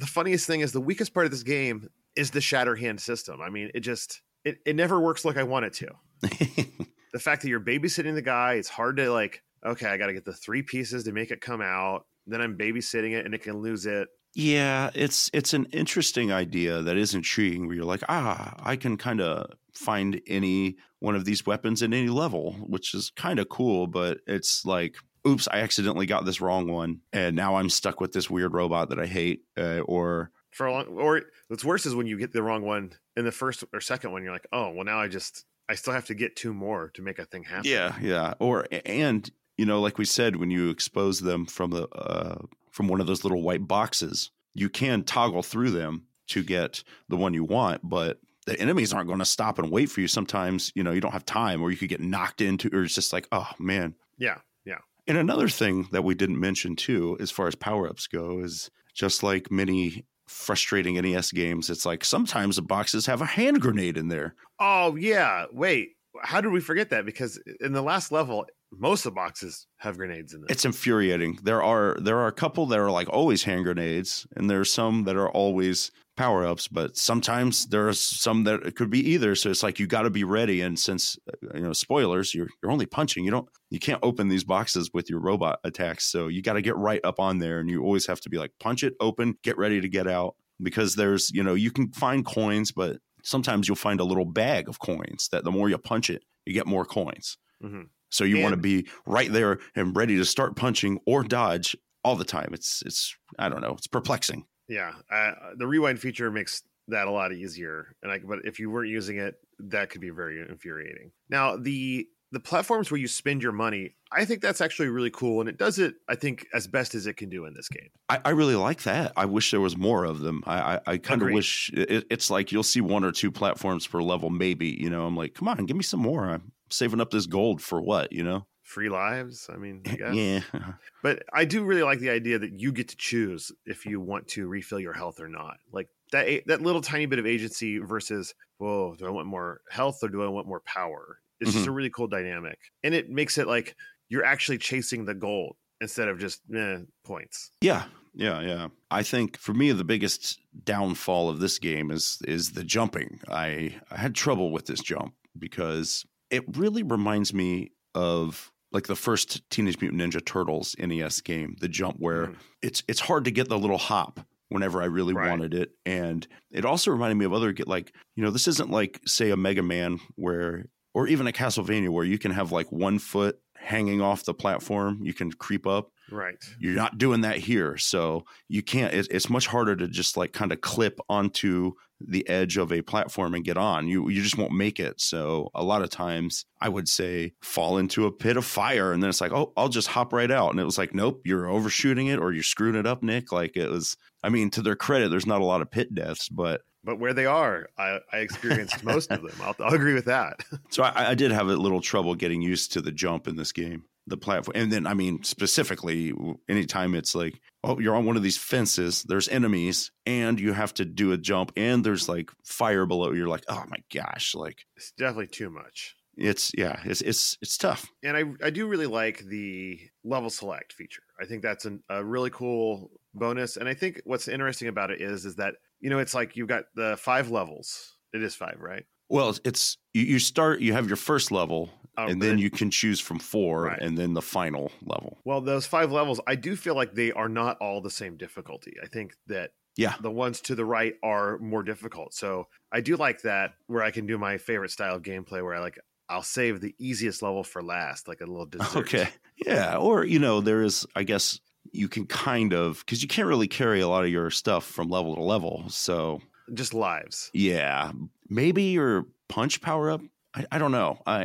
A: the funniest thing is the weakest part of this game is the Shatterhand system. I mean, it just it, it never works like I want it to. the fact that you're babysitting the guy, it's hard to like, okay, I got to get the three pieces to make it come out. Then I'm babysitting it and it can lose it.
B: yeah, it's it's an interesting idea that is intriguing where you're like, ah, I can kind of find any one of these weapons in any level, which is kind of cool, but it's like oops, I accidentally got this wrong one and now I'm stuck with this weird robot that I hate uh, or
A: For a long, or what's worse is when you get the wrong one in the first or second one, you're like, oh, well, now I just, I still have to get two more to make a thing happen.
B: yeah, yeah, or and you know, like we said when you expose them from the uh from one of those little white boxes, you can toggle through them to get the one you want, but the enemies aren't going to stop and wait for you. Sometimes, you know, you don't have time or you could get knocked into, or it's just like, oh man.
A: Yeah. Yeah.
B: And another thing that we didn't mention too, as far as power ups go, is just like many frustrating NES games, it's like sometimes the boxes have a hand grenade in there.
A: Oh, yeah. Wait, how did we forget that? Because in the last level, most of the boxes have grenades in them.
B: It's infuriating. There are there are a couple that are like always hand grenades, and there are some that are always power ups. But sometimes there are some that it could be either. So it's like you got to be ready. And since uh, you know spoilers, you're you're only punching. You don't you can't open these boxes with your robot attacks. So you got to get right up on there, and you always have to be like punch it, open, get ready to get out because there's you know you can find coins, but sometimes you'll find a little bag of coins that the more you punch it, you get more coins.
A: Mhm.
B: So you want to
A: And-
B: be right there and ready to start punching or dodge all the time. It's it's I don't know. It's perplexing.
A: Yeah, uh, the rewind feature makes that a lot easier. And I, but if you weren't using it, that could be very infuriating. Now the the platforms where you spend your money, I think that's actually really cool, and it does it, I think, as best as it can do in this game.
B: I, I really like that. I wish there was more of them. I I, I kind of
A: Agreed.
B: wish it, it's like you'll see one or two platforms per level, maybe. You know, I'm like, come on, give me some more. I'm saving up this gold for what? You know?
A: Free lives, I mean, I guess.
B: Yeah.
A: But I do really like the idea that you get to choose if you want to refill your health or not. Like that a- that little tiny bit of agency versus, whoa, do I want more health or do I want more power? It's just a really cool dynamic, and it makes it like you're actually chasing the goal instead of just eh, points.
B: Yeah. Yeah, yeah. I think for me the biggest downfall of this game is is the jumping. I, I had trouble with this jump because it really reminds me of like the first Teenage Mutant Ninja Turtles NES game, the jump where
A: Mhm.
B: it's it's hard to get the little hop whenever I really
A: Right.
B: wanted it. And it also reminded me of other get like, you know, this isn't like say a Mega Man where or even a Castlevania where you can have like one foot hanging off the platform, you can creep up
A: Right.
B: you're not doing that here so you can't it, it's much harder to just like kind of clip onto the edge of a platform and get on. You you just won't make it. So a lot of times I would say fall into a pit of fire and then it's like, "Oh, I'll just hop right out." And it was like, "Nope, you're overshooting it or you're screwing it up, Nick." Like it was I mean, to their credit, there's not a lot of pit deaths, but
A: but where they are, I, I experienced most of them. I'll, I'll agree with that.
B: so I, I did have a little trouble getting used to the jump in this game the platform. And then, I mean, specifically, anytime it's like, oh, you're on one of these fences, there's enemies, and you have to do a jump, and there's like fire below. You're like, oh my gosh, like
A: It's definitely too much.
B: it's yeah, it's it's it's tough.
A: And I, I do really like the level select feature. I think that's an, a really cool bonus. And I think what's interesting about it is is that you know it's like you've got the five levels. It is five, right?
B: Well, it's, it's you, you start, you have your first level,
A: Oh,
B: and
A: but
B: then you can choose from four,
A: Right.
B: and then the final level.
A: Well, those five levels, I do feel like they are not all the same difficulty. I think that
B: Yeah.
A: the ones to the right are more difficult. So I do like that where I can do my favorite style of gameplay where I like I'll save the easiest level for last, like a little dessert.
B: Okay. Yeah. Or, you know, there is, I guess you can kind of, because you can't really carry a lot of your stuff from level to level. So
A: Just lives.
B: Yeah, maybe your punch power up. I, I don't know. I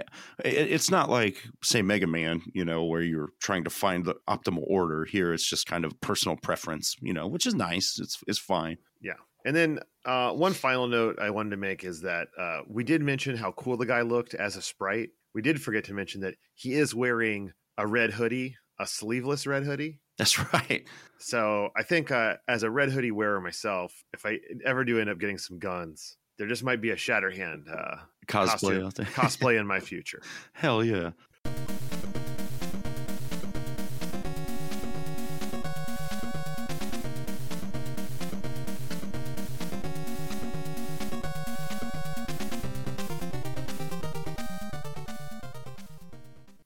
B: it, it's not like say Mega Man, you know, where you're trying to find the optimal order. Here, it's just kind of personal preference, you know, which is nice. It's it's fine.
A: And then uh, one final note I wanted to make is that uh, we did mention how cool the guy looked as a sprite. We did forget to mention that he is wearing a red hoodie, a sleeveless red hoodie.
B: That's right.
A: So I think uh, as a red hoodie wearer myself, if I ever do end up getting some guns, there just might be a Shatterhand uh,
B: Cosplay
A: Costume.
B: out there.
A: cosplay in my future.
B: Hell yeah.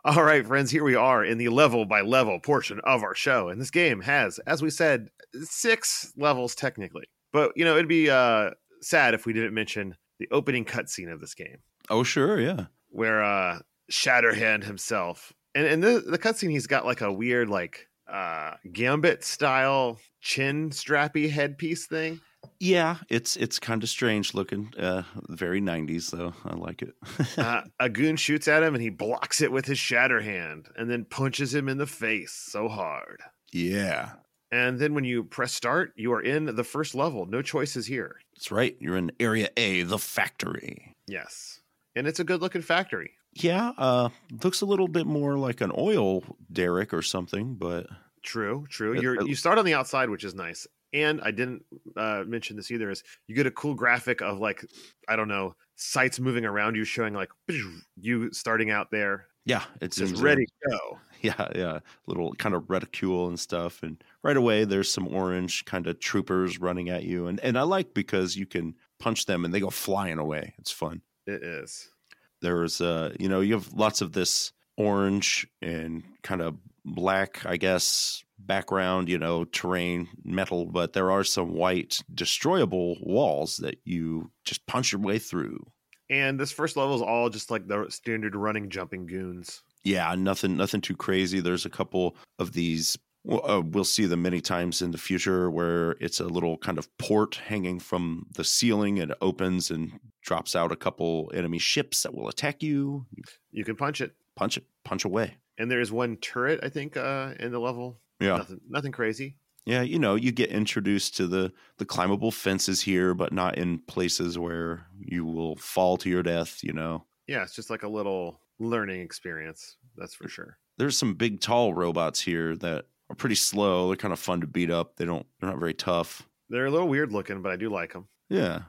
A: All right, friends, here we are in the level by level portion of our show. And this game has, as we said, six levels technically. But, you know, it'd be uh, sad if we didn't mention the opening cutscene of this game
B: Oh sure, yeah.
A: where uh, Shatterhand himself, and, and the, the cutscene, he's got like a weird, like, uh, gambit style chin strappy headpiece thing.
B: Yeah, it's it's kind of strange looking. Uh, very '90s though. I like it.
A: Uh, a goon shoots at him and he blocks it with his Shatterhand and then punches him in the face so hard.
B: yeah,
A: And then when you press start, you are in the first level. No choices here.
B: that's right. You're in Area A, the factory.
A: Yes. And it's a good looking factory.
B: Yeah, uh, looks a little bit more like an oil derrick or something, but
A: True, true.
B: It-
A: You're,
B: it-
A: you start on the outside, which is nice. And I didn't uh, mention this either is you get a cool graphic of like, I don't know, sites moving around you showing like you starting out there.
B: yeah, it's
A: Just
B: in-
A: ready to go.
B: Yeah, yeah, little kind of reticule and stuff, and right away there's some orange kind of troopers running at you, and and I like because you can punch them and they go flying away. It's fun.
A: It is.
B: There's uh, you know, you have lots of this orange and kind of black, I guess, background, you know, terrain metal, but there are some white destroyable walls that you just punch your way through.
A: And this first level is all just like the standard running jumping goons.
B: yeah nothing nothing too crazy there's a couple of these well, uh, we'll see them many times in the future where it's a little kind of port hanging from the ceiling and it opens and drops out a couple enemy ships that will attack you you
A: You can punch it.
B: punch it punch away
A: And there is one turret, I think, uh, in the level.
B: yeah
A: Nothing, nothing crazy.
B: yeah you know you get introduced to the the climbable fences here but not in places where you will fall to your death you know
A: yeah, it's just like a little learning experience. That's for sure.
B: there's some big tall robots here that are pretty slow they're kind of fun to beat up they don't they're not very tough
A: They're a little weird looking, but I do like them.
B: Yeah.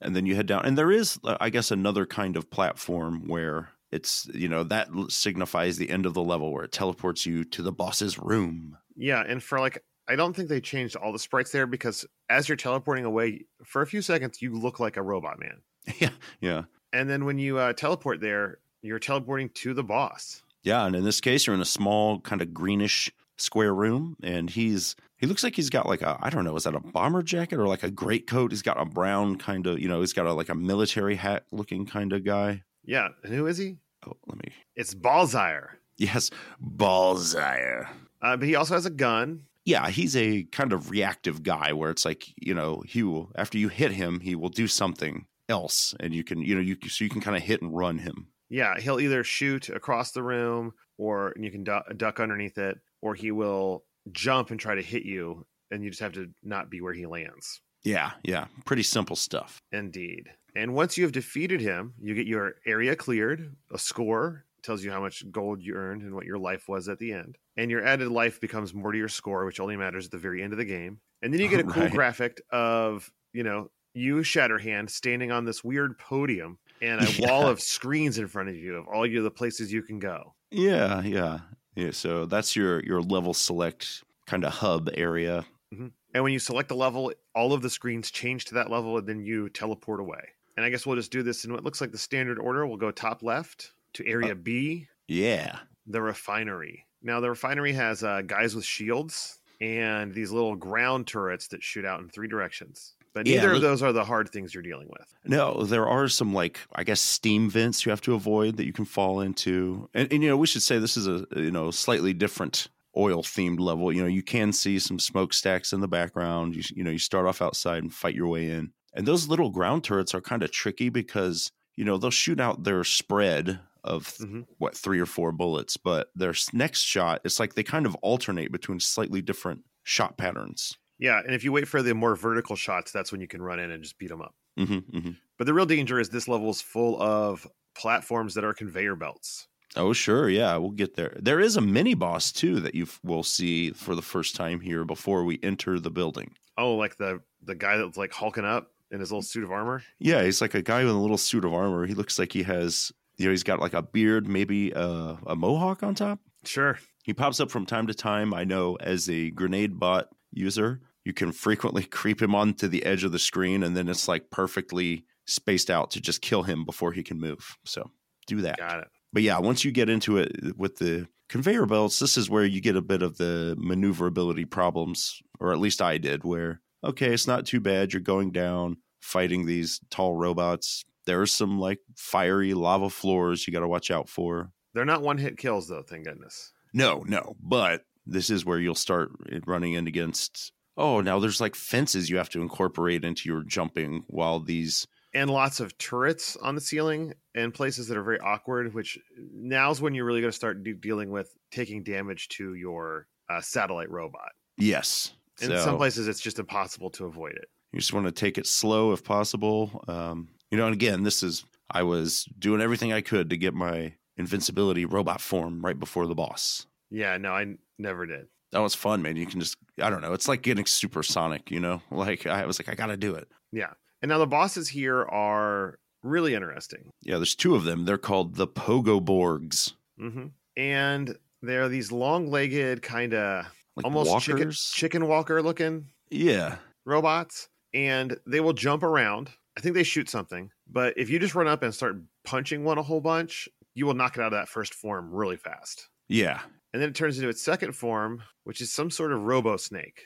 B: And then you head down. And there is, uh, I guess, another kind of platform where it's, you know, that l- signifies the end of the level where it teleports you to the boss's room.
A: Yeah, and for like, I don't think they changed all the sprites there because as you're teleporting away for a few seconds, you look like a robot man,
B: yeah. Yeah.
A: and then when you uh, teleport there, you're teleporting to the boss.
B: Yeah. And in this case, you're in a small, kind of greenish square room. And he's, he looks like he's got like a, I don't know, is that a bomber jacket or like a great coat? He's got a brown kind of, you know, he's got a, like a military hat looking kind of guy.
A: Yeah, and who is he?
B: Oh, let me.
A: It's Balzire.
B: Yes. Balzire.
A: Uh, but he also has a gun.
B: yeah, he's a kind of reactive guy where it's like, you know, he will after you hit him, he will do something else and you can, you know, you so you can kind of hit and run him.
A: Yeah, he'll either shoot across the room or you can du- duck underneath it or he will jump and try to hit you and you just have to not be where he lands.
B: Yeah, yeah, pretty simple stuff.
A: Indeed. And once you have defeated him, you get your area cleared, a score tells you how much gold you earned and what your life was at the end. And your added life becomes more to your score, which only matters at the very end of the game. And then you get a cool
B: Right.
A: graphic of, you know, you Shatterhand standing on this weird podium and a
B: Yeah.
A: wall of screens in front of you of all your the places you can go.
B: Yeah, yeah. Yeah, so that's your your level select kind of hub area.
A: And when you select a level, all of the screens change to that level, and then you teleport away. And I guess we'll just do this in what looks like the standard order. We'll go top left to
B: Uh,
A: area B,
B: Yeah.
A: the refinery. Now, the refinery has uh, guys with shields and these little ground turrets that shoot out in three directions. But
B: Yeah,
A: neither of
B: look-
A: those are the hard things you're dealing with.
B: No, there are some like I guess steam vents you have to avoid that you can fall into, and, and you know we should say this is a you know slightly different oil themed level. You know you can see some smokestacks in the background. You you know you start off outside and fight your way in, and those little ground turrets are kind of tricky because you know they'll shoot out their spread of
A: Mhm.
B: what three or four bullets, but their s- next shot it's like they kind of alternate between slightly different shot patterns.
A: Yeah, and if you wait for the more vertical shots, that's when you can run in and just beat them up.
B: hmm hmm
A: But the real danger is this level is full of platforms that are conveyor belts.
B: Oh, sure. Yeah, we'll get there. There is a mini boss too that you f- will see for the first time here before we enter the building.
A: Oh, like the the guy that's like hulking up in his little suit of armor.
B: Yeah, he's like a guy with a little suit of armor. He looks like he has, you know, he's got like a beard, maybe a, a mohawk on top.
A: Sure.
B: He pops up from time to time. I know as a grenade bot user, you can frequently creep him onto the edge of the screen, and then it's like perfectly spaced out to just kill him before he can move. So do that.
A: Got it.
B: but yeah, once you get into it with the conveyor belts, this is where you get a bit of the maneuverability problems, or at least I did, where, okay, it's not too bad. You're going down, fighting these tall robots. There's some like fiery lava floors you got to watch out for.
A: They're not one hit kills though, thank goodness.
B: No, no, but this is where you'll start running in against. Oh, now there's like fences you have to incorporate into your jumping while these
A: And lots of turrets on the ceiling and places that are very awkward, which now's when you're really going to start de- dealing with taking damage to your uh, satellite robot.
B: yes.
A: In
B: So-
A: some places, it's just impossible to avoid it.
B: You just want to take it slow if possible. Um, you know, and again, this is I was doing everything I could to get my invincibility robot form right before the boss.
A: Yeah, no, I n- never did.
B: That was fun, man. You can just I don't know. It's like getting supersonic, you know? Like I was like, I gotta do it.
A: And now the bosses here are really interesting.
B: Yeah, there's two of them. They're called the Pogo Borgs.
A: hmm And they're these long legged, kind of
B: Like
A: almost chicken,
B: walkers.
A: chicken walker looking.
B: yeah.
A: robots and they will jump around. I think they shoot something, but if you just run up and start punching one a whole bunch, you will knock it out of that first form really fast.
B: Yeah.
A: And then it turns into its second form, which is some sort of robo snake.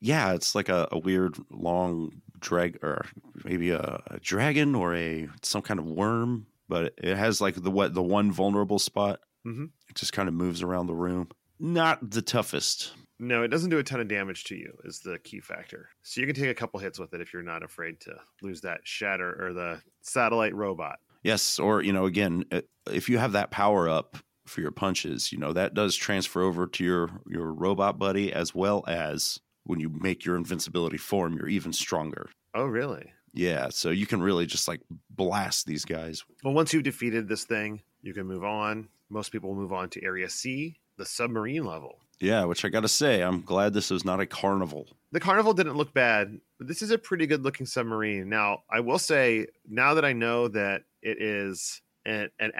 B: Yeah, it's like a, a weird long drag or maybe a, a dragon or a some kind of worm, but it has like the what the one vulnerable spot.
A: Mhm.
B: It just kind of moves around the room. Not the toughest.
A: No, it doesn't do a ton of damage to you, is the key factor. So you can take a couple hits with it if you're not afraid to lose that shatter or the satellite robot.
B: Yes, or you know, again, i- if you have that power up for your punches, you know that does transfer over to your your robot buddy as well as when you make your invincibility form, you're even stronger.
A: Oh, really?
B: Yeah, so you can really just like blast these guys.
A: Well, once you've defeated this thing, you can move on. Most people move on to Area C, the submarine level.
B: Yeah, which I gotta say, I'm glad this is not a carnival.
A: the carnival didn't look bad but this is a pretty good looking submarine now i will say now that i know that it is an, an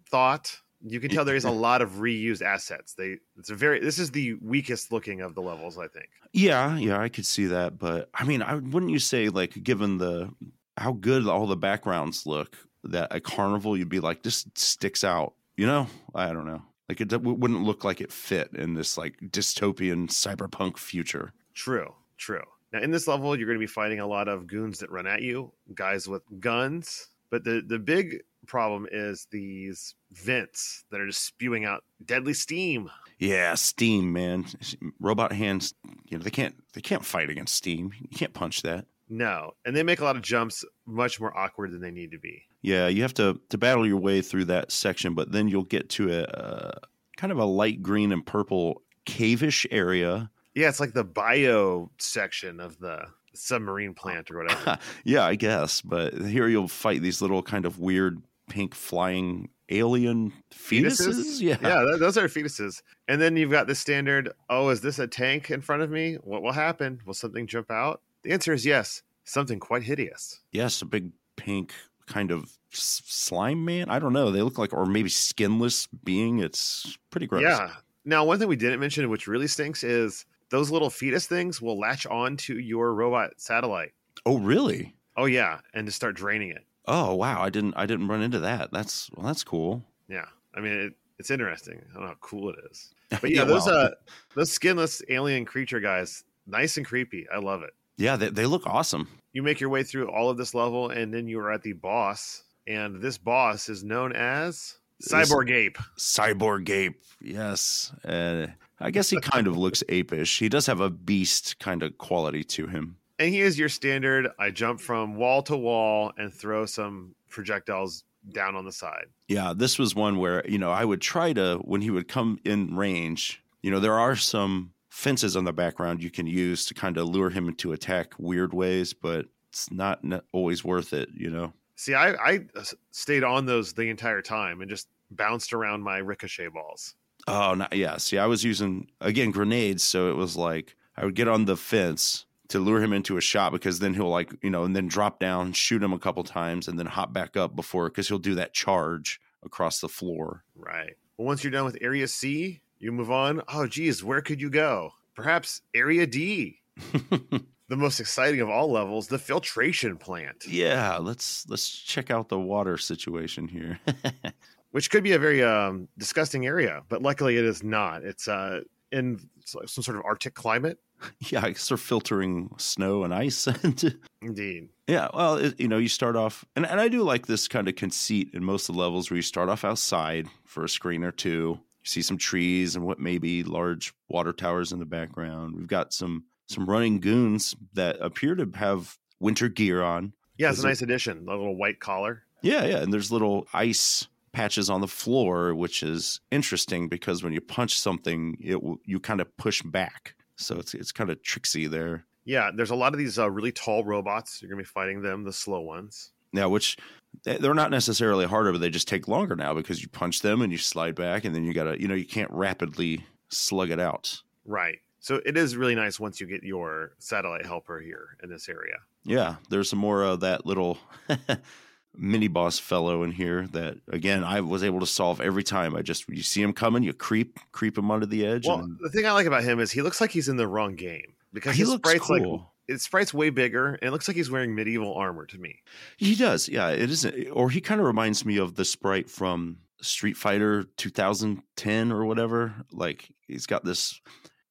A: afterthought you can tell there is a lot of reused assets they it's a very this is the weakest looking of the levels i think
B: Yeah, yeah, I could see that, but I mean, I wouldn't you say like given the how good all the backgrounds look that a carnival you'd be like this sticks out, you know? I don't know. Like it d- w- wouldn't look like it fit in this like dystopian cyberpunk future.
A: true true now in this level you're going to be fighting a lot of goons that run at you guys with guns But the the big problem is these vents that are just spewing out deadly steam.
B: Yeah, steam, man. Robot hands, you know, they can't they can't fight against steam. You can't punch that.
A: No, and they make a lot of jumps much more awkward than they need to be.
B: Yeah, you have to to battle your way through that section, but then you'll get to a uh, kind of a light green and purple caveish area.
A: Yeah, it's like the bio section of the submarine plant or whatever.
B: yeah, I guess. But here you'll fight these little kind of weird pink flying alien fetuses.
A: Yeah, yeah, th- those are fetuses. And then you've got the standard. Oh, is this a tank in front of me? What will happen? Will something jump out? The answer is yes. Something quite hideous.
B: Yes, a big pink kind of s- slime man. I don't know. They look like, or maybe skinless being. It's pretty gross.
A: Yeah. Now, one thing we didn't mention, which really stinks, is those little fetus things will latch on to your robot satellite.
B: Oh, really?
A: Oh yeah, and just start draining it.
B: Oh, wow. I didn't. I didn't run into that. That's well. That's cool.
A: Yeah, I mean it, it's interesting. I don't know how cool it is, but yeah, those
B: well,
A: uh those skinless alien creature guys, nice and creepy. I love it.
B: yeah, they, they look awesome.
A: You make your way through all of this level, and then you are at the boss, and this boss is known as Cyborg Ape.
B: cyborg ape. Yes. Uh, I guess he kind of looks apish. He does have a beast kind of quality to him.
A: and he is your standard. I jump from wall to wall and throw some projectiles down on the side.
B: Yeah, this was one where, you know, I would try to, when he would come in range, you know, there are some fences on the background you can use to kind of lure him into attack weird ways, but it's not n- always worth it, you know?
A: See, I, I uh, stayed on those the entire time and just bounced around my ricochet balls.
B: Oh, no, yeah. See, I was using, again, grenades. So it was like I would get on the fence to lure him into a shot because then he'll, like, you know, and then drop down, shoot him a couple times, and then hop back up before, because he'll do that charge across the floor.
A: Right. Well, once you're done with area C, you move on. Oh, geez, where could you go? Perhaps area D, the most exciting of all levels, the filtration plant,
B: yeah. Let's, let's check out the water situation here.
A: which could be a very um, disgusting area, but luckily it is not. It's uh, in some sort of Arctic climate.
B: yeah. I guess they're filtering snow and ice. and
A: Indeed.
B: yeah. Well, it, you know, you start off, and, and I do like this kind of conceit in most of the levels where you start off outside for a screen or two. You see some trees and what may be large water towers in the background. We've got some some running goons that appear to have winter gear on.
A: Yeah, it's
B: Is
A: a
B: it-
A: nice addition. The little white collar.
B: Yeah, yeah, and there's little ice patches on the floor, which is interesting because when you punch something, it will- you kind of push back. So it's it's kind of tricksy there.
A: Yeah, there's a lot of these uh, really tall robots. You're gonna be fighting them, the slow ones.
B: Yeah, which they- they're not necessarily harder, but they just take longer now because you punch them and you slide back, and then you gotta, you know, you can't rapidly slug it out.
A: Right. So it is really nice once you get your satellite helper here in this area.
B: Yeah, there's some more of that little mini boss fellow in here that again I was able to solve every time. I just you see him coming, you creep creep him under the edge.
A: Well,
B: and
A: the thing I like about him is he looks like he's in the wrong game because
B: he
A: his
B: looks
A: sprite's like
B: cool.
A: his sprite's way bigger and it looks like he's wearing medieval armor to me.
B: he does, yeah. It isn't, or he kind of reminds me of the sprite from Street Fighter 2010 or whatever. Like he's got this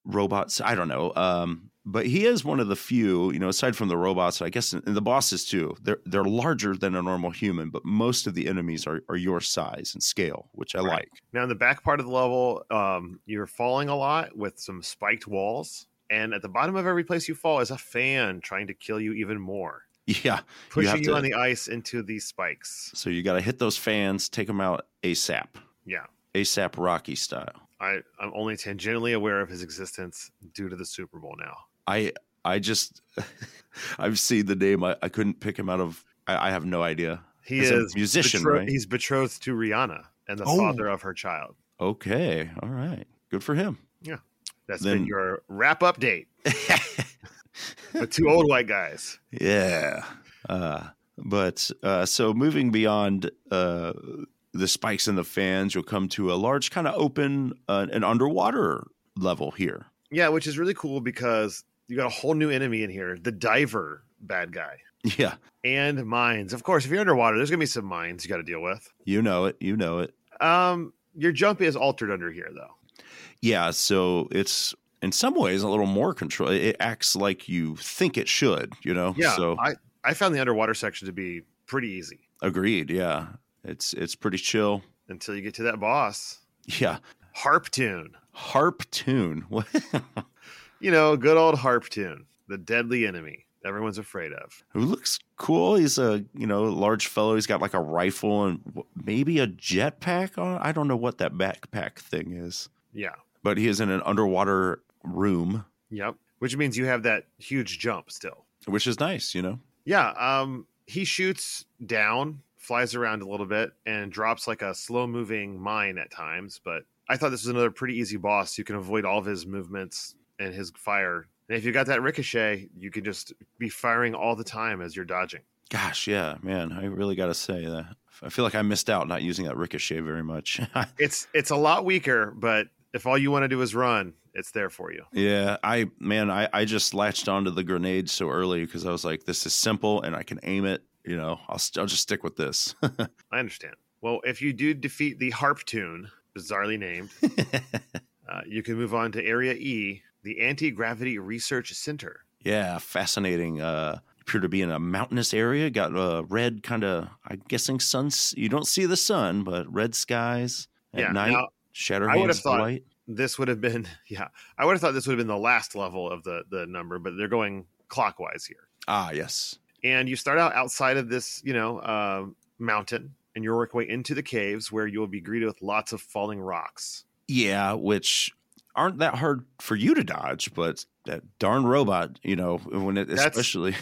B: robots. I don't know. Um, but he is one of the few, you know, aside from the robots, I guess, and the bosses too. They're they're larger than a normal human, but most of the enemies are are your size and scale, which I
A: Right.
B: like.
A: Now in the back part of the level, um, you're falling a lot with some spiked walls, and at the bottom of every place you fall is a fan trying to kill you even more,
B: Yeah.
A: pushing
B: have
A: you,
B: to-
A: on the ice into these spikes.
B: So you got to hit those fans, take them out ASAP.
A: Yeah.
B: ASAP Rocky style.
A: I, I'm only tangentially aware of his existence due to the Super Bowl now.
B: I I just I've seen the name. I, I couldn't pick him out of. I, I have no idea.
A: He
B: He's a
A: is
B: musician,
A: betro-
B: right?
A: He's betrothed to Rihanna and the
B: Oh.
A: father of her child.
B: Okay. All right. Good for him.
A: That's been
B: Then-
A: your wrap update. The two old white guys.
B: Yeah. Uh, but uh, so moving beyond uh, the spikes and the fans, you'll come to a large kind of open uh, an underwater level here.
A: Yeah, which is really cool because you got a whole new enemy in here, the diver bad guy.
B: Yeah.
A: And mines. Of course, if you're underwater, there's gonna be some mines you gotta deal with.
B: You know it. You know it.
A: Um your jump is altered under here though.
B: Yeah, so it's in some ways a little more control. It acts like you think it should, you know.
A: Yeah.
B: So
A: I, I found the underwater section to be pretty easy.
B: Agreed. Yeah, it's it's pretty chill.
A: until you get to that boss.
B: Yeah,
A: Harp tune.
B: harp tune. What?
A: You know, good old harp tune. The deadly enemy everyone's afraid of.
B: Who looks cool? He's a you know large fellow. He's got like a rifle and w- maybe a jetpack on. I don't know what that backpack thing is,
A: Yeah.
B: but he is in an underwater room,
A: Yep. Which means you have that huge jump still.
B: which is nice. You know.
A: Yeah. Um, he shoots down, flies around a little bit, and drops like a slow moving mine at times. But I thought this was another pretty easy boss. You can avoid all of his movements and his fire. And if you got that ricochet, you can just be firing all the time as you're dodging.
B: Gosh, yeah, man, I really got to say that. I feel like I missed out not using that ricochet very much.
A: It's it's a lot weaker, but if all you want to do is run, it's there for you.
B: yeah, I man, I I just latched onto the grenade so early because I was like, this is simple and I can aim it. You know, I'll st- I'll just stick with this.
A: I understand. Well, if you do defeat the harp tune, bizarrely named, uh, you can move on to Area E, the Anti Gravity Research Center.
B: yeah, fascinating. Uh, appear to be in a mountainous area. Got uh, red kind of. I'm guessing suns. You don't see the sun, but red skies at
A: yeah.
B: night.
A: Now,
B: shadow
A: I would've
B: hands
A: thought-
B: light.
A: this would have been yeah. I would have thought this would have been the last level of the the number, but they're going clockwise here.
B: Ah, yes.
A: And you start out outside of this, you know, uh, mountain, and you work your way into the caves where you will be greeted with lots of falling rocks.
B: Yeah, which aren't that hard for you to dodge, but that darn robot, you know, when it
A: That's-
B: especially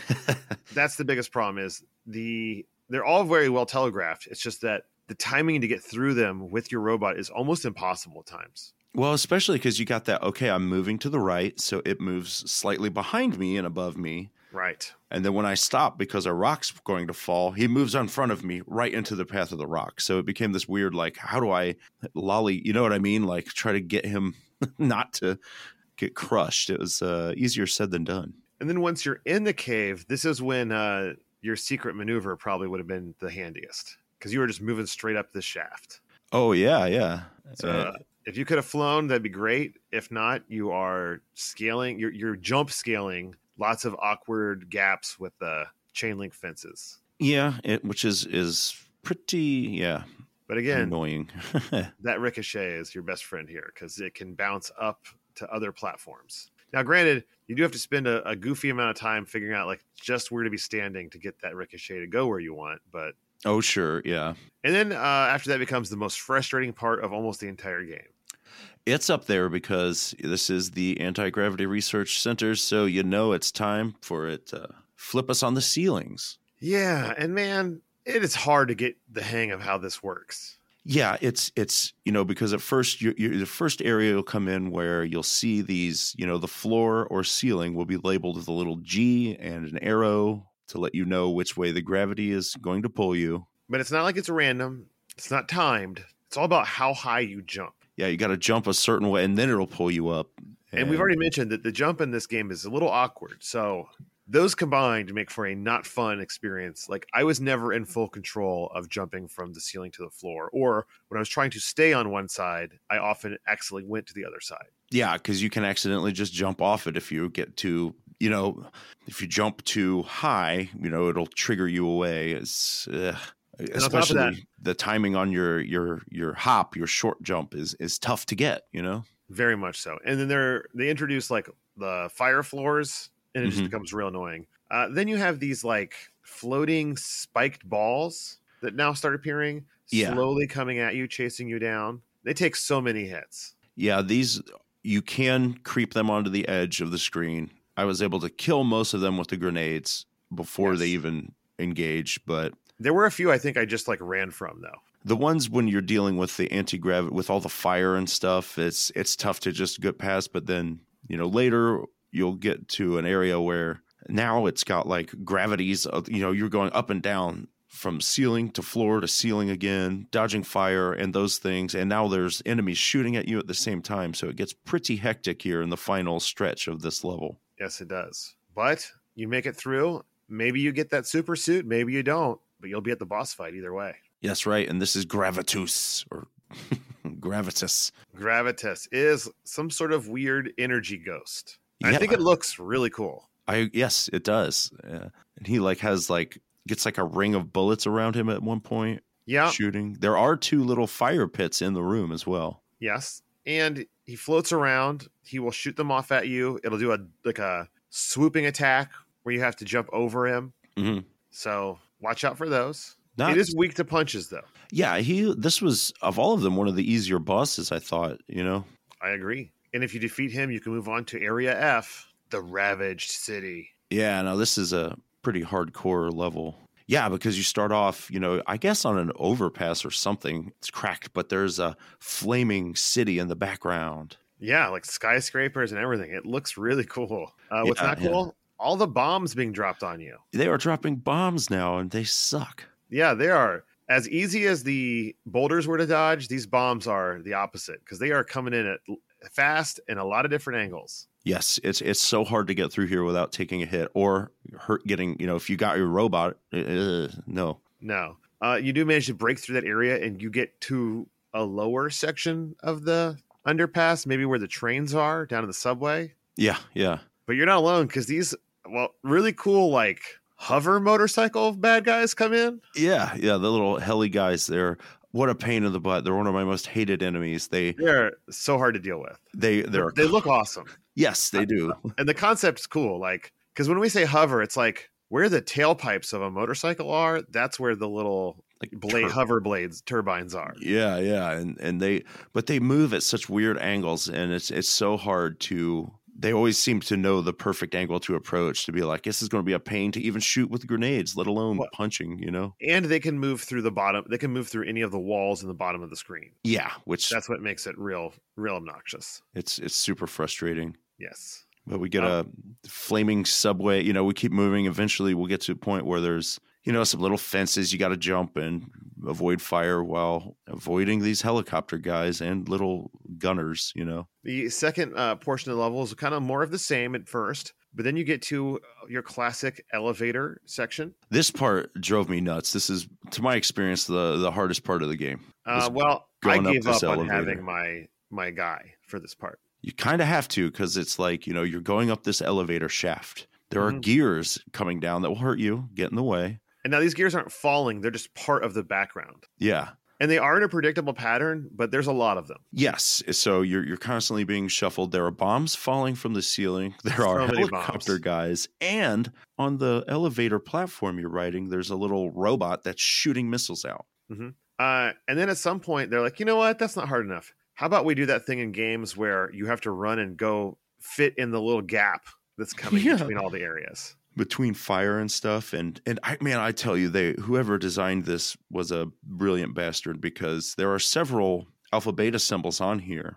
A: That's the biggest problem. Is the they're all very well telegraphed. It's just that the timing to get through them with your robot is almost impossible at times.
B: well, especially because you got that. Okay, I'm moving to the right, so it moves slightly behind me and above me,
A: Right.
B: and then when I stop because a rock's going to fall, he moves on front of me right into the path of the rock. So it became this weird, like, how do I lolly? You know what I mean? Like, try to get him not to get crushed. It was uh, easier said than done.
A: And then once you're in the cave, this is when uh, your secret maneuver probably would have been the handiest because you were just moving straight up the shaft.
B: Oh yeah, yeah.
A: So
B: Uh,
A: if you could have flown, that'd be great. If not, you are scaling. You're, you're jump scaling lots of awkward gaps with the chain link fences.
B: Yeah, it, which is is pretty yeah
A: But again,
B: annoying.
A: that ricochet is your best friend here because it can bounce up to other platforms. Now, granted, you do have to spend a, a goofy amount of time figuring out like just where to be standing to get that ricochet to go where you want, but
B: oh sure, yeah.
A: And then uh, after that becomes the most frustrating part of almost the entire game.
B: It's up there because this is the Anti Gravity Research Center, so you know it's time for it to flip us on the ceilings.
A: Yeah, and man, it is hard to get the hang of how this works.
B: Yeah, it's it's you know because at first you, you, the first area will come in where you'll see these you know the floor or ceiling will be labeled with a little G and an arrow to let you know which way the gravity is going to pull you.
A: But it's not like it's random. It's not timed. It's all about how high you jump.
B: Yeah, you got to jump a certain way and then it'll pull you up.
A: And we've already mentioned that the jump in this game is a little awkward. So those combined make for a not fun experience. Like I was never in full control of jumping from the ceiling to the floor, or when I was trying to stay on one side, I often accidentally went to the other side.
B: Yeah, because you can accidentally just jump off it if you get too, you know, if you jump too high, you know, it'll trigger you away. It's, uh,
A: on top of that-
B: especially the timing on your your your hop, your short jump is is tough to get. You know,
A: Very much so. And then they're they introduce like the fire floors, and it just
B: Mhm.
A: becomes real annoying. Uh, then you have these like floating spiked balls that now start appearing,
B: Yeah.
A: slowly coming at you, chasing you down. They take so many hits.
B: yeah, these you can creep them onto the edge of the screen. I was able to kill most of them with the grenades before
A: Yes.
B: they even engage, but
A: There were a few I think I just like ran from though.
B: the ones when you're dealing with the anti gravity with all the fire and stuff it's it's tough to just get past but then you know later you'll get to an area where now it's got like gravities of- you know you're going up and down from ceiling to floor to ceiling again dodging fire and those things and now there's enemies shooting at you at the same time so it gets pretty hectic here in the final stretch of this level
A: Yes, it does. But you make it through. Maybe you get that super suit, maybe you don't, but you'll be at the boss fight either way.
B: yes right and this is gravitus or gravitas
A: Gravitas is some sort of weird energy ghost. I
B: Yeah.
A: think it looks really cool.
B: I yes, it does. Yeah. And he like has like gets like a ring of bullets around him at one point
A: Yeah.
B: shooting. There are two little fire pits in the room as well.
A: Yes. And he floats around. He will shoot them off at you. It'll do a like a swooping attack where you have to jump over him.
B: Mhm.
A: So watch out for those.
B: Not,
A: It is weak to punches though.
B: yeah, he this was of all of them one of the easier bosses I thought, you know.
A: I agree. And if you defeat him, you can move on to area F, the ravaged city.
B: Yeah, no, this is a pretty hardcore level. Yeah, because you start off, you know, I guess on an overpass or something. It's cracked, but there's a flaming city in the background.
A: Yeah, like skyscrapers and everything. It looks really cool. Uh, what's
B: Yeah,
A: not
B: yeah.
A: cool? All the bombs being dropped on you.
B: They are dropping bombs now and they suck.
A: Yeah, they are as easy as the boulders were to dodge. These bombs are the opposite because they are coming in at l- fast and a lot of different angles.
B: Yes, it's it's so hard to get through here without taking a hit or hurt getting, you know, if you got your robot, uh, no.
A: No, uh, you do manage to break through that area and you get to a lower section of the underpass, maybe where the trains are down in the subway.
B: Yeah, yeah.
A: But you're not alone because these well, really cool like hover motorcycle bad guys come in.
B: Yeah, yeah, the little heli guys there. What a pain in the butt. They're one of my most hated enemies. They
A: They're so hard to deal with.
B: they they're
A: they look awesome.
B: Yes, they do.
A: and the concept's cool like because when we say hover it's like where the tailpipes of a motorcycle are that's where the little
B: Like
A: blade
B: tur-
A: hover blades turbines are
B: Yeah, yeah, and and they but they move at such weird angles, and it's it's so hard to. They always seem to know the perfect angle to approach to be like, this is going to be a pain to even shoot with grenades, let alone
A: What?
B: punching. You know?
A: and they can move through the bottom they can move through any of the walls in the bottom of the screen
B: Yeah, which
A: that's what makes it real real obnoxious
B: it's it's super frustrating.
A: yes
B: But we get a flaming subway. You know, we keep moving. Eventually, we'll get to a point where there's you know some little fences you got to jump and avoid fire while avoiding these helicopter guys and little gunners. You know?
A: the second uh, portion of the level is kind of more of the same at first but then you get to uh, your classic elevator section
B: this part drove me nuts. This is, to my experience, the the hardest part of the game.
A: uh,
B: It's
A: well i
B: going up
A: gave up
B: this
A: on
B: elevator.
A: having my my guy for this part
B: You kind of have to because it's like you know you're going up this elevator shaft. There are
A: Mhm.
B: gears coming down that will hurt you, get in the way.
A: and now these gears aren't falling they're just part of the background
B: Yeah.
A: and they are in a predictable pattern, but there's a lot of them.
B: Yes. So you're you're constantly being shuffled. There are bombs falling from the ceiling. There are
A: So many bombs.
B: helicopter guys, and on the elevator platform you're riding, there's a little robot that's shooting missiles out.
A: Uh, and then at some point, they're like, you know what? That's not hard enough. How about we do that thing in games where you have to run and go fit in the little gap that's coming
B: Yeah.
A: between all the areas?
B: between fire and stuff and and I man I tell you they whoever designed this was a brilliant bastard because there are several alpha beta symbols on here.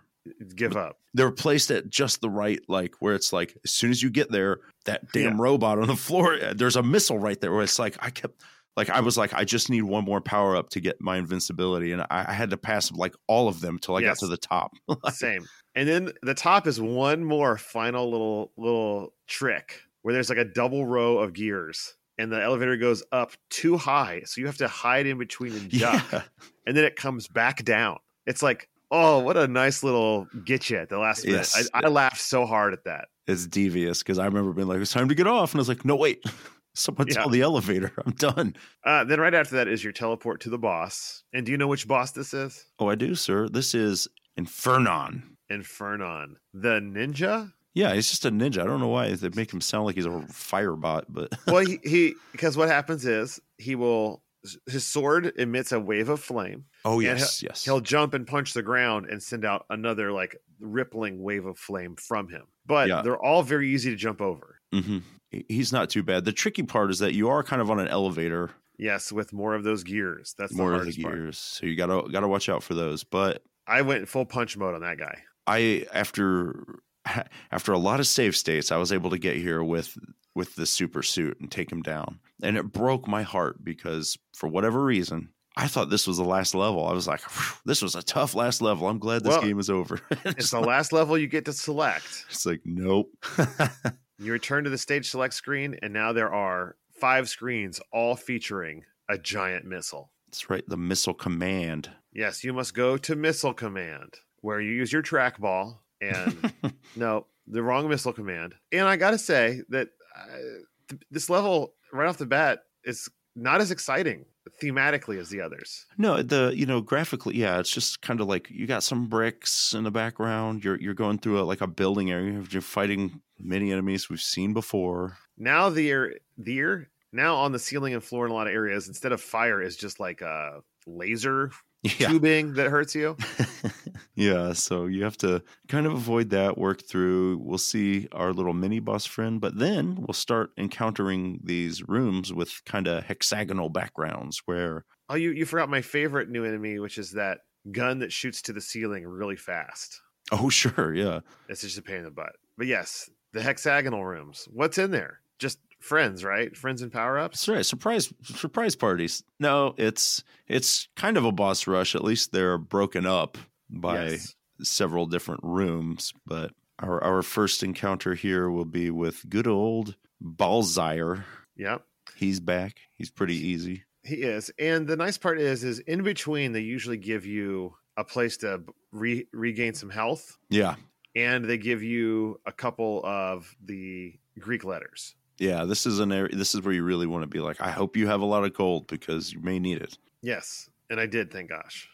A: Give up.
B: They're placed at just the right like where it's like as soon as you get there that damn robot on the floor uh, there's a missile right there where it's like I kept like I was like I just need one more power up to get my invincibility and I, I had to pass like all of them till I
A: Yes.
B: got to the top.
A: Same. And then the top is one more final little little trick where there's like a double row of gears, and the elevator goes up too high, so you have to hide in between and duck. and then it comes back down. It's like, oh, what a nice little get you at the last minute.
B: Yes.
A: I, I laughed so hard at that.
B: it's devious because I remember being like, it's time to get off. And I was like, no, wait, someone
A: Yeah.
B: tell the elevator. I'm done.
A: Uh, then right after that is your teleport to the boss. And do you know which boss this is?
B: Oh, I do, sir. This is Infernon.
A: Infernon, the ninja.
B: Yeah, he's just a ninja. I don't know why they make him sound like he's a firebot, but
A: Well, he, he because what happens is he will his sword emits a wave of flame.
B: oh,
A: Yeah,
B: yes, yes.
A: He'll jump and punch the ground and send out another like rippling wave of flame from him. But
B: Yeah.
A: they're all very easy to jump over.
B: Mhm. He- He's not too bad. The tricky part is that you are kind of on an elevator,
A: Yes, with more of those gears. That's
B: more
A: the
B: of
A: hardest
B: the gears,
A: part.
B: so you gotta gotta watch out for those. But
A: I went full punch mode on that guy.
B: I after after a lot of save states, I was able to get here with with the super suit and take him down. And it broke my heart because for whatever reason, I thought this was the last level. I was like, "Phew, this was a tough last level. I'm glad this
A: Well,
B: game is over.
A: It's
B: it's,
A: the last level you get to select.
B: it's like, nope.
A: You return to the stage select screen, and now there are five screens all featuring a giant missile.
B: That's right, the missile command.
A: Yes, you must go to missile command, where you use your trackball. And no, the wrong missile command. And I got to say that uh, th- this level right off the bat is not as exciting thematically as the others.
B: No, the you know graphically, yeah, it's just kind of like you got some bricks in the background. You're you're going through a, like a building area. You're fighting many enemies we've seen before.
A: Now the air, the air now on the ceiling and floor in a lot of areas instead of fire is just like a laser
B: Yeah,
A: tubing that hurts you.
B: yeah. So you have to kind of avoid that. Work through. We'll see our little mini boss friend, but then we'll start encountering these rooms with kind of hexagonal backgrounds where
A: Oh, you you forgot my favorite new enemy, which is that gun that shoots to the ceiling really fast.
B: oh sure yeah
A: It's just a pain in the butt. But yes, the hexagonal rooms. What's in there? Just friends, right? Friends and power ups.
B: That's right. Surprise surprise parties. No, it's it's kind of a boss rush. At least they're broken up by several different rooms. But our our first encounter here will be with good old Balzire.
A: Yep.
B: He's back. He's pretty easy.
A: He is. And the nice part is is in between they usually give you a place to re- regain some health
B: Yeah.
A: and they give you a couple of the Greek letters.
B: Yeah. This is an area this is where you really want to be like, I hope you have a lot of gold because you may need it.
A: Yes. And I did, thank gosh.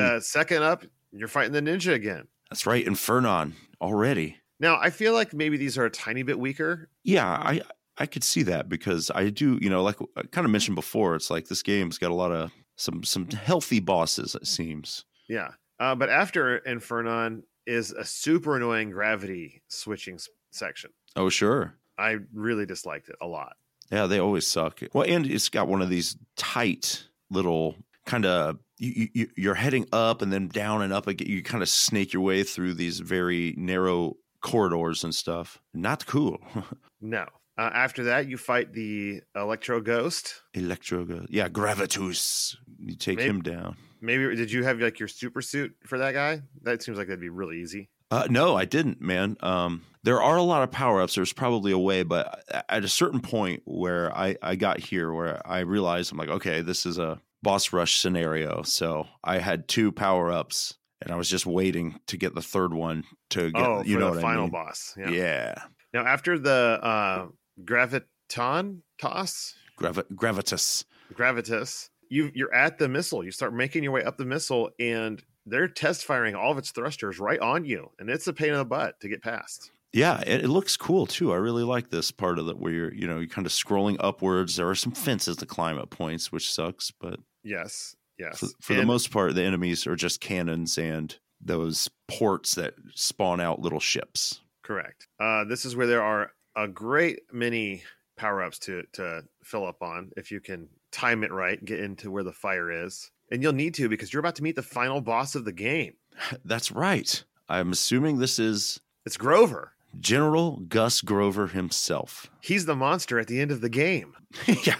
A: uh, second up, you're fighting the ninja again.
B: That's right, Infernon already.
A: Now, I feel like maybe these are a tiny bit weaker.
B: Yeah, I I could see that because I do, you know, like I kind of mentioned before, it's like this game's got a lot of some some healthy bosses. It seems.
A: Yeah. Uh, but after Infernon is a super annoying gravity switching s- section.
B: Oh sure,
A: I really disliked it a lot.
B: yeah, they always suck. Well, and it's got one of these tight little kind of you, you you're heading up and then down and up again. You kind of snake your way through these very narrow corridors and stuff. Not cool.
A: No. Uh, after that, you fight the Electro Ghost.
B: Electro, yeah, Gravitus. You take
A: Maybe-
B: him down.
A: Maybe did you have like your super suit for that guy? That seems like that'd be really easy.
B: Uh, no, I didn't, man. Um, there are a lot of power ups. There's probably a way, but at a certain point where I, I got here, where I realized I'm like, okay, this is a boss rush scenario. So I had two power ups, and I was just waiting to get the third one to get,
A: oh,
B: you
A: for
B: know,
A: the
B: what
A: final
B: I mean?
A: boss.
B: Yeah,
A: Yeah. Now after the uh, Graviton toss,
B: Gravi- gravitas.
A: Gravitas, you you're at the missile. You start making your way up the missile, and they're test firing all of its thrusters right on you, and it's a pain in the butt to get past.
B: Yeah, it, it looks cool too. I really like this part of it where you're, you know, you're kind of scrolling upwards. There are some fences to climb at points, which sucks, but
A: Yes, yes.
B: for, for the
A: And-
B: most part, the enemies are just cannons and those ports that spawn out little ships.
A: Correct. Uh, this is where there are a great many power ups to to fill up on if you can time it right, get into where the fire is, and you'll need to because you're about to meet the final boss of the game.
B: That's right. I'm assuming this is
A: It's Grover.
B: General Gus Grover himself.
A: He's the monster at the end of the game,
B: yeah.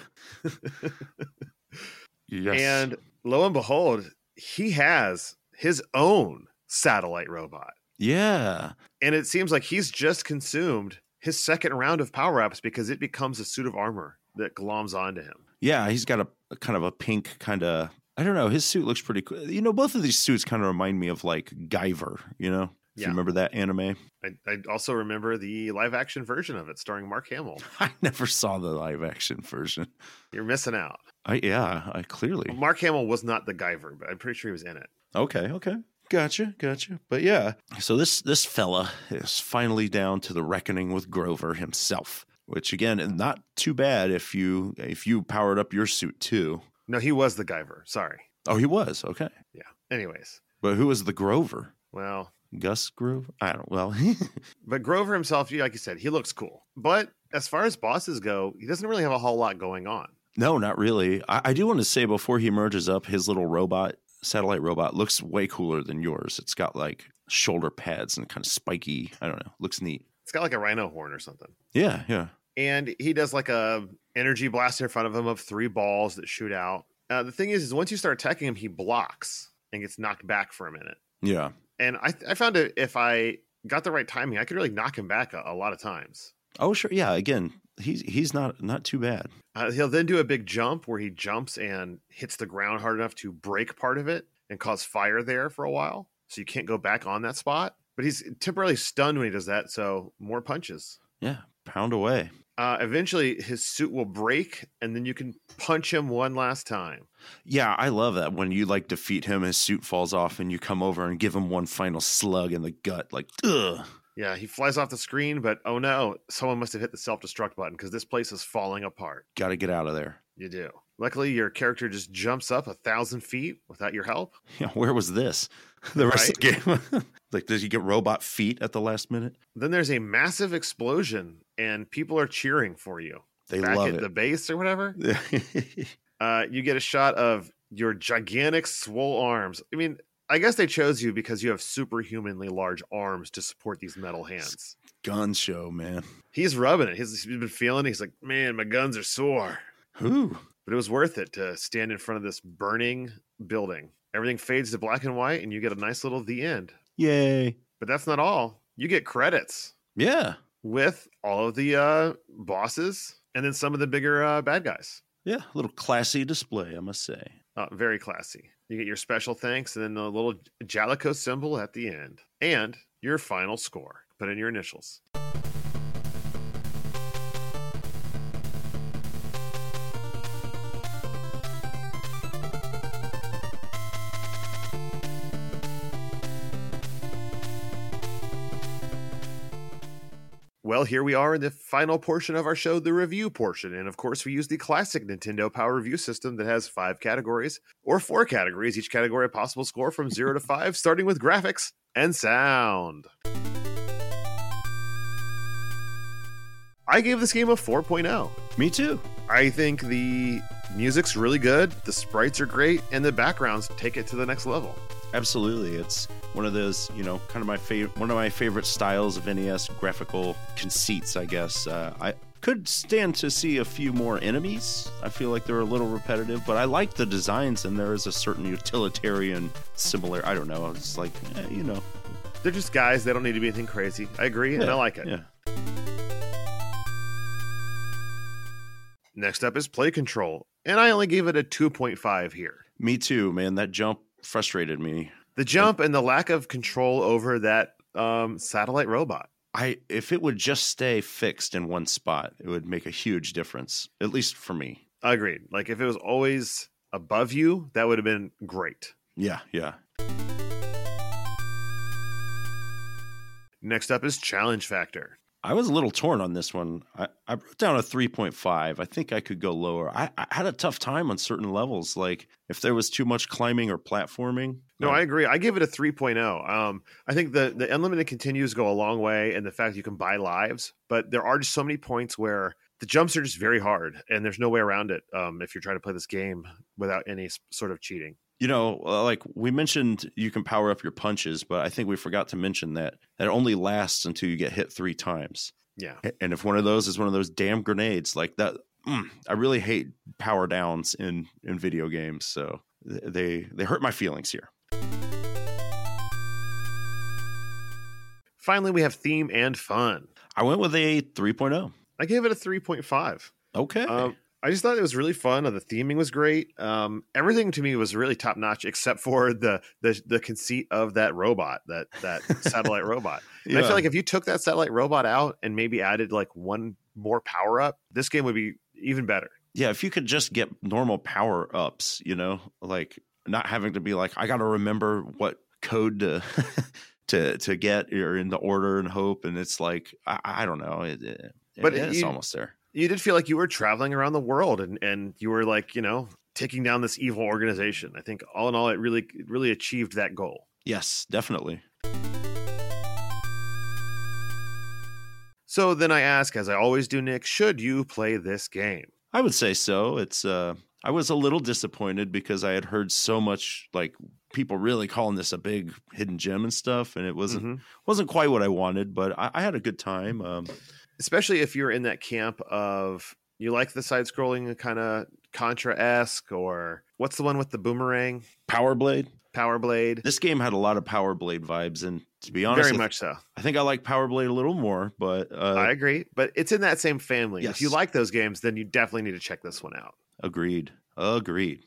B: yes.
A: and lo and behold, he has his own satellite robot,
B: yeah.
A: and it seems like he's just consumed his second round of power ups because it becomes a suit of armor that gloms onto him.
B: Yeah, he's got a, a kind of a pink kind of I don't know, his suit looks pretty cool. You know, both of these suits kind of remind me of like Guyver, you know? If
A: Yeah.
B: you remember that anime.
A: I, I also remember the live action version of it starring Mark Hamill.
B: I never saw the live action version.
A: You're missing out.
B: I yeah, I clearly.
A: Mark Hamill was not the Guyver, but I'm pretty sure he was in it.
B: Okay, okay. Gotcha, gotcha. But yeah, so this this fella is finally down to the reckoning with Grover himself, which again, not too bad if you if you powered up your suit too.
A: No, he was the Guyver. Sorry.
B: Oh, he was okay.
A: Yeah. Anyways,
B: But who was the Grover?
A: well,
B: Gus Grover? I don't. Well,
A: but Grover himself, yeah, like you said, he looks cool. But as far as bosses go, he doesn't really have a whole lot going on.
B: no, not really. I, I do want to say before he merges up, his little robot satellite robot looks way cooler than yours. It's got like shoulder pads and kind of spiky. I don't know. Looks neat.
A: It's got like a rhino horn or something.
B: Yeah, yeah.
A: And he does like a energy blast in front of him of three balls that shoot out. Uh, the thing is, is once you start attacking him, he blocks and gets knocked back for a minute.
B: Yeah.
A: And I, I found it if I got the right timing, I could really knock him back a, a lot of times.
B: Oh sure, yeah. Again, he's he's not not too bad.
A: Uh, he'll then do a big jump where he jumps and hits the ground hard enough to break part of it and cause fire there for a while. So you can't go back on that spot. But he's temporarily stunned when he does that. So more punches.
B: Yeah, pound away.
A: Uh, eventually, his suit will break, and then you can punch him one last time.
B: Yeah, I love that when you like defeat him, his suit falls off, and you come over and give him one final slug in the gut, like ugh.
A: Yeah, he flies off the screen, but oh no, someone must have hit the self destruct button because this place is falling apart.
B: Got to get out of there.
A: You do. Luckily, your character just jumps up a thousand feet without your help.
B: Yeah, where was this? The rest of the game. like, does he get robot feet at the last minute?
A: Then there's a massive explosion, and people are cheering for you.
B: They
A: Back
B: love
A: at
B: it.
A: the base or whatever. Uh, you get a shot of your gigantic, swole arms. I mean, I guess they chose you because you have superhumanly large arms to support these metal hands.
B: Gun show, man.
A: He's rubbing it. He's, he's been feeling. it. He's like, man, my guns are sore.
B: Who?
A: But it was worth it to stand in front of this burning building. Everything fades to black and white, and you get a nice little the end.
B: Yay.
A: But that's not all. You get credits
B: Yeah.
A: with all of the uh, bosses and then some of the bigger uh, bad guys.
B: Yeah. A little classy display, I must say.
A: Uh, very classy. You get your special thanks and then the little Jalico symbol at the end and your final score. Put in your initials. Well, here we are in the final portion of our show, the review portion. And of course, we use the classic Nintendo Power Review system that has five categories or four categories, each category a possible score from zero to five, starting with graphics and sound. I gave this game a 4.0.
B: Me too.
A: I think the music's really good, the sprites are great, and the backgrounds take it to the next level.
B: Absolutely. It's one of those, you know, kind of my favorite, one of my favorite styles of NES graphical conceits, I guess. Uh, I could stand to see a few more enemies. I feel like they're a little repetitive, but I like the designs and there is a certain utilitarian similar, I don't know. It's like, eh, you know,
A: They're just guys, they don't need to be anything crazy. I agree, and I like it.
B: yeah.
A: Next up is play control, and I only gave it a 2.5 here.
B: Me too, man. That jump frustrated me.
A: The jump and the lack of control over that um, satellite robot.
B: I if it would just stay fixed in one spot, it would make a huge difference, at least for me.
A: Agreed. Like if it was always above you, that would have been great.
B: Yeah, yeah.
A: Next up is challenge factor.
B: I was a little torn on this one. I, I wrote down a 3.5. I think I could go lower. I, I had a tough time on certain levels, like if there was too much climbing or platforming.
A: No, I agree. I give it a 3.0. Um, I think the, the unlimited continues go a long way, and the fact that you can buy lives, but there are just so many points where the jumps are just very hard, and there's no way around it um, if you're trying to play this game without any s- sort of cheating.
B: you know, uh, like we mentioned, you can power up your punches, but I think we forgot to mention that that only lasts until you get hit three times.
A: Yeah.
B: And if one of those is one of those damn grenades, like that, mm, I really hate power downs in in video games. So th- they they hurt my feelings here.
A: Finally, we have theme and fun.
B: I went with a oh. 3.0.
A: I gave it a 3.5.
B: Okay.
A: Um, I just thought it was really fun. and The theming was great. Um, everything to me was really top notch, except for the, the the conceit of that robot, that that satellite robot. And I
B: Yeah.
A: feel like if you took that satellite robot out and maybe added like one more power up, this game would be even better.
B: yeah, if you could just get normal power ups, you know, like not having to be like, I got to remember what code to to to get or in the order and hope, and it's like I, I don't know, it, it-
A: But
B: it's
A: you-
B: almost there.
A: You did feel like you were traveling around the world and and you were like you know taking down this evil organization. I think all in all, it really it really achieved that goal.
B: Yes, definitely.
A: So then I ask, as I always do, Nick, should you play this game?
B: I would say so. It's uh I was a little disappointed because I had heard so much like people really calling this a big hidden gem and stuff, and it wasn't
A: Mhm.
B: wasn't quite what I wanted, but I, I had a good time. Um,
A: especially if you're in that camp of you like the side scrolling kind of Contra esque or what's the one with the boomerang,
B: Power Blade.
A: Power Blade?
B: This game had a lot of Power Blade vibes, and to be honest,
A: Very
B: I
A: much so.
B: I think I like Power Blade a little more, but uh,
A: I agree. But it's in that same family. If you
B: Yes.
A: like those games, then you definitely need to check this one out.
B: agreed, agreed.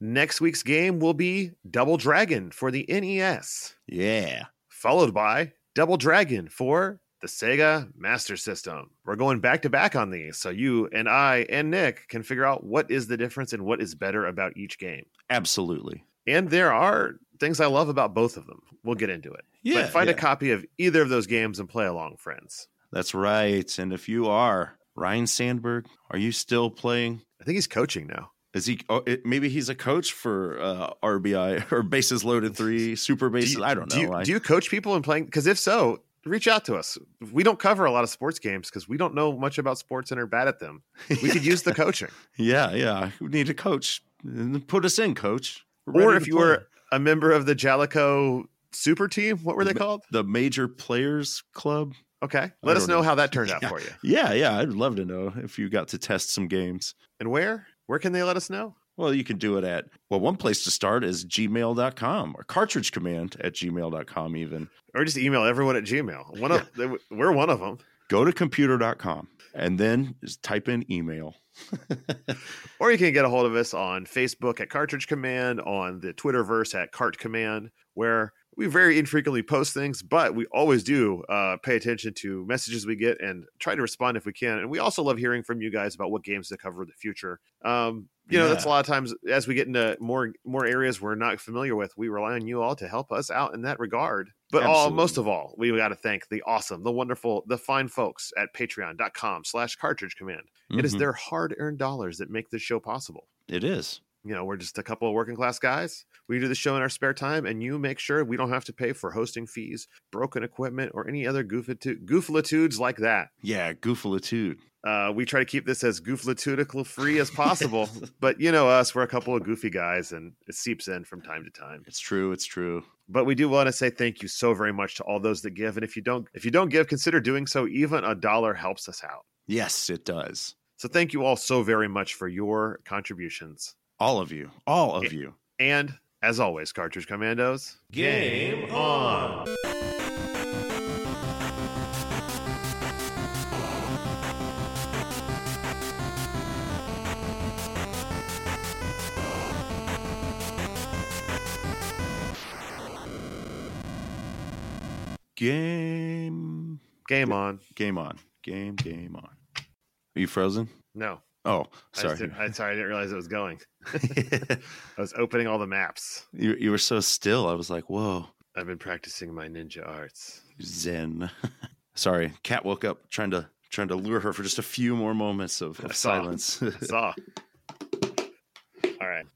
A: Next week's game will be Double Dragon for the NES,
B: Yeah.
A: followed by Double Dragon for the Sega Master System. We're going back to back on these, so you and I and Nick can figure out what is the difference and what is better about each game.
B: Absolutely.
A: And there are things I love about both of them. We'll get into it.
B: Yeah.
A: but find
B: yeah.
A: a copy of either of those games and play along, friends.
B: That's right. And if you are Ryan Sandberg, are you still playing?
A: I think he's coaching now.
B: Is he? Oh, it, maybe he's a coach for uh, RBI or bases loaded three, super bases. I don't know.
A: Do you,
B: I-
A: do you coach people in playing? Because if so, reach out to us. We don't cover a lot of sports games because we don't know much about sports and are bad at them. We could use the coaching.
B: yeah, yeah. We need a coach. Put us in, coach. We're
A: or
B: ready
A: if
B: to
A: you
B: play.
A: were a member of the Jalico Super Team, what were they
B: Ma-
A: called?
B: the major players club.
A: Okay, let us
B: don't
A: know,
B: know.
A: how that turned out for you.
B: Yeah, yeah. I'd love to know if you got to test some games.
A: And where? Where can they let us know?
B: Well, you can do it at, well, one place to start is gmail.com or cartridge command at gmail.com, even.
A: Or just email everyone at Gmail. One of they- we're one of them.
B: Go to computer.com and then just type in email.
A: Or you can get a hold of us on Facebook at Cartridge Command, on the Twitterverse at Cart Command, where we very infrequently post things, but we always do uh, pay attention to messages we get and try to respond if we can. And we also love hearing from you guys about what games to cover in the future. Um, you know, that's a
B: Yeah.
A: lot of times as we get into more more areas we're not familiar with, we rely on you all to help us out in that regard. But all
B: Absolutely.
A: most of all, we got to thank the awesome, the wonderful, the fine folks at patreon.com slash cartridge command. It is
B: Mhm.
A: their hard earned dollars that make this show possible.
B: It is.
A: You know, we're just a couple of working class guys. We do the show in our spare time, and you make sure we don't have to pay for hosting fees, broken equipment, or any other goofatu- gooflitudes like that.
B: Yeah, goofalitude.
A: Uh, we try to keep this as gooflatudical free as possible, but you know us, we're a couple of goofy guys, and it seeps in from time to time.
B: It's true. It's true.
A: But we do want to say thank you so very much to all those that give, and if you don't, if you don't give, consider doing so. Even a dollar helps us out.
B: Yes, it does.
A: So thank you all so very much for your contributions.
B: All of you. All of you.
A: And as always, Cartridge Commandos.
B: Game on. Game.
A: Game on.
B: Game on. Game, game on. Are you frozen?
A: No,
B: Oh,
A: I just
B: sorry.
A: didn't, I, sorry, I didn't realize it was going. I was opening all the maps.
B: you, you were so still. I was like, whoa.
A: I've been practicing my ninja arts.
B: Zen. Sorry, cat woke up trying to trying to lure her for just a few more moments of,
A: I
B: of
A: saw.
B: silence.
A: I saw.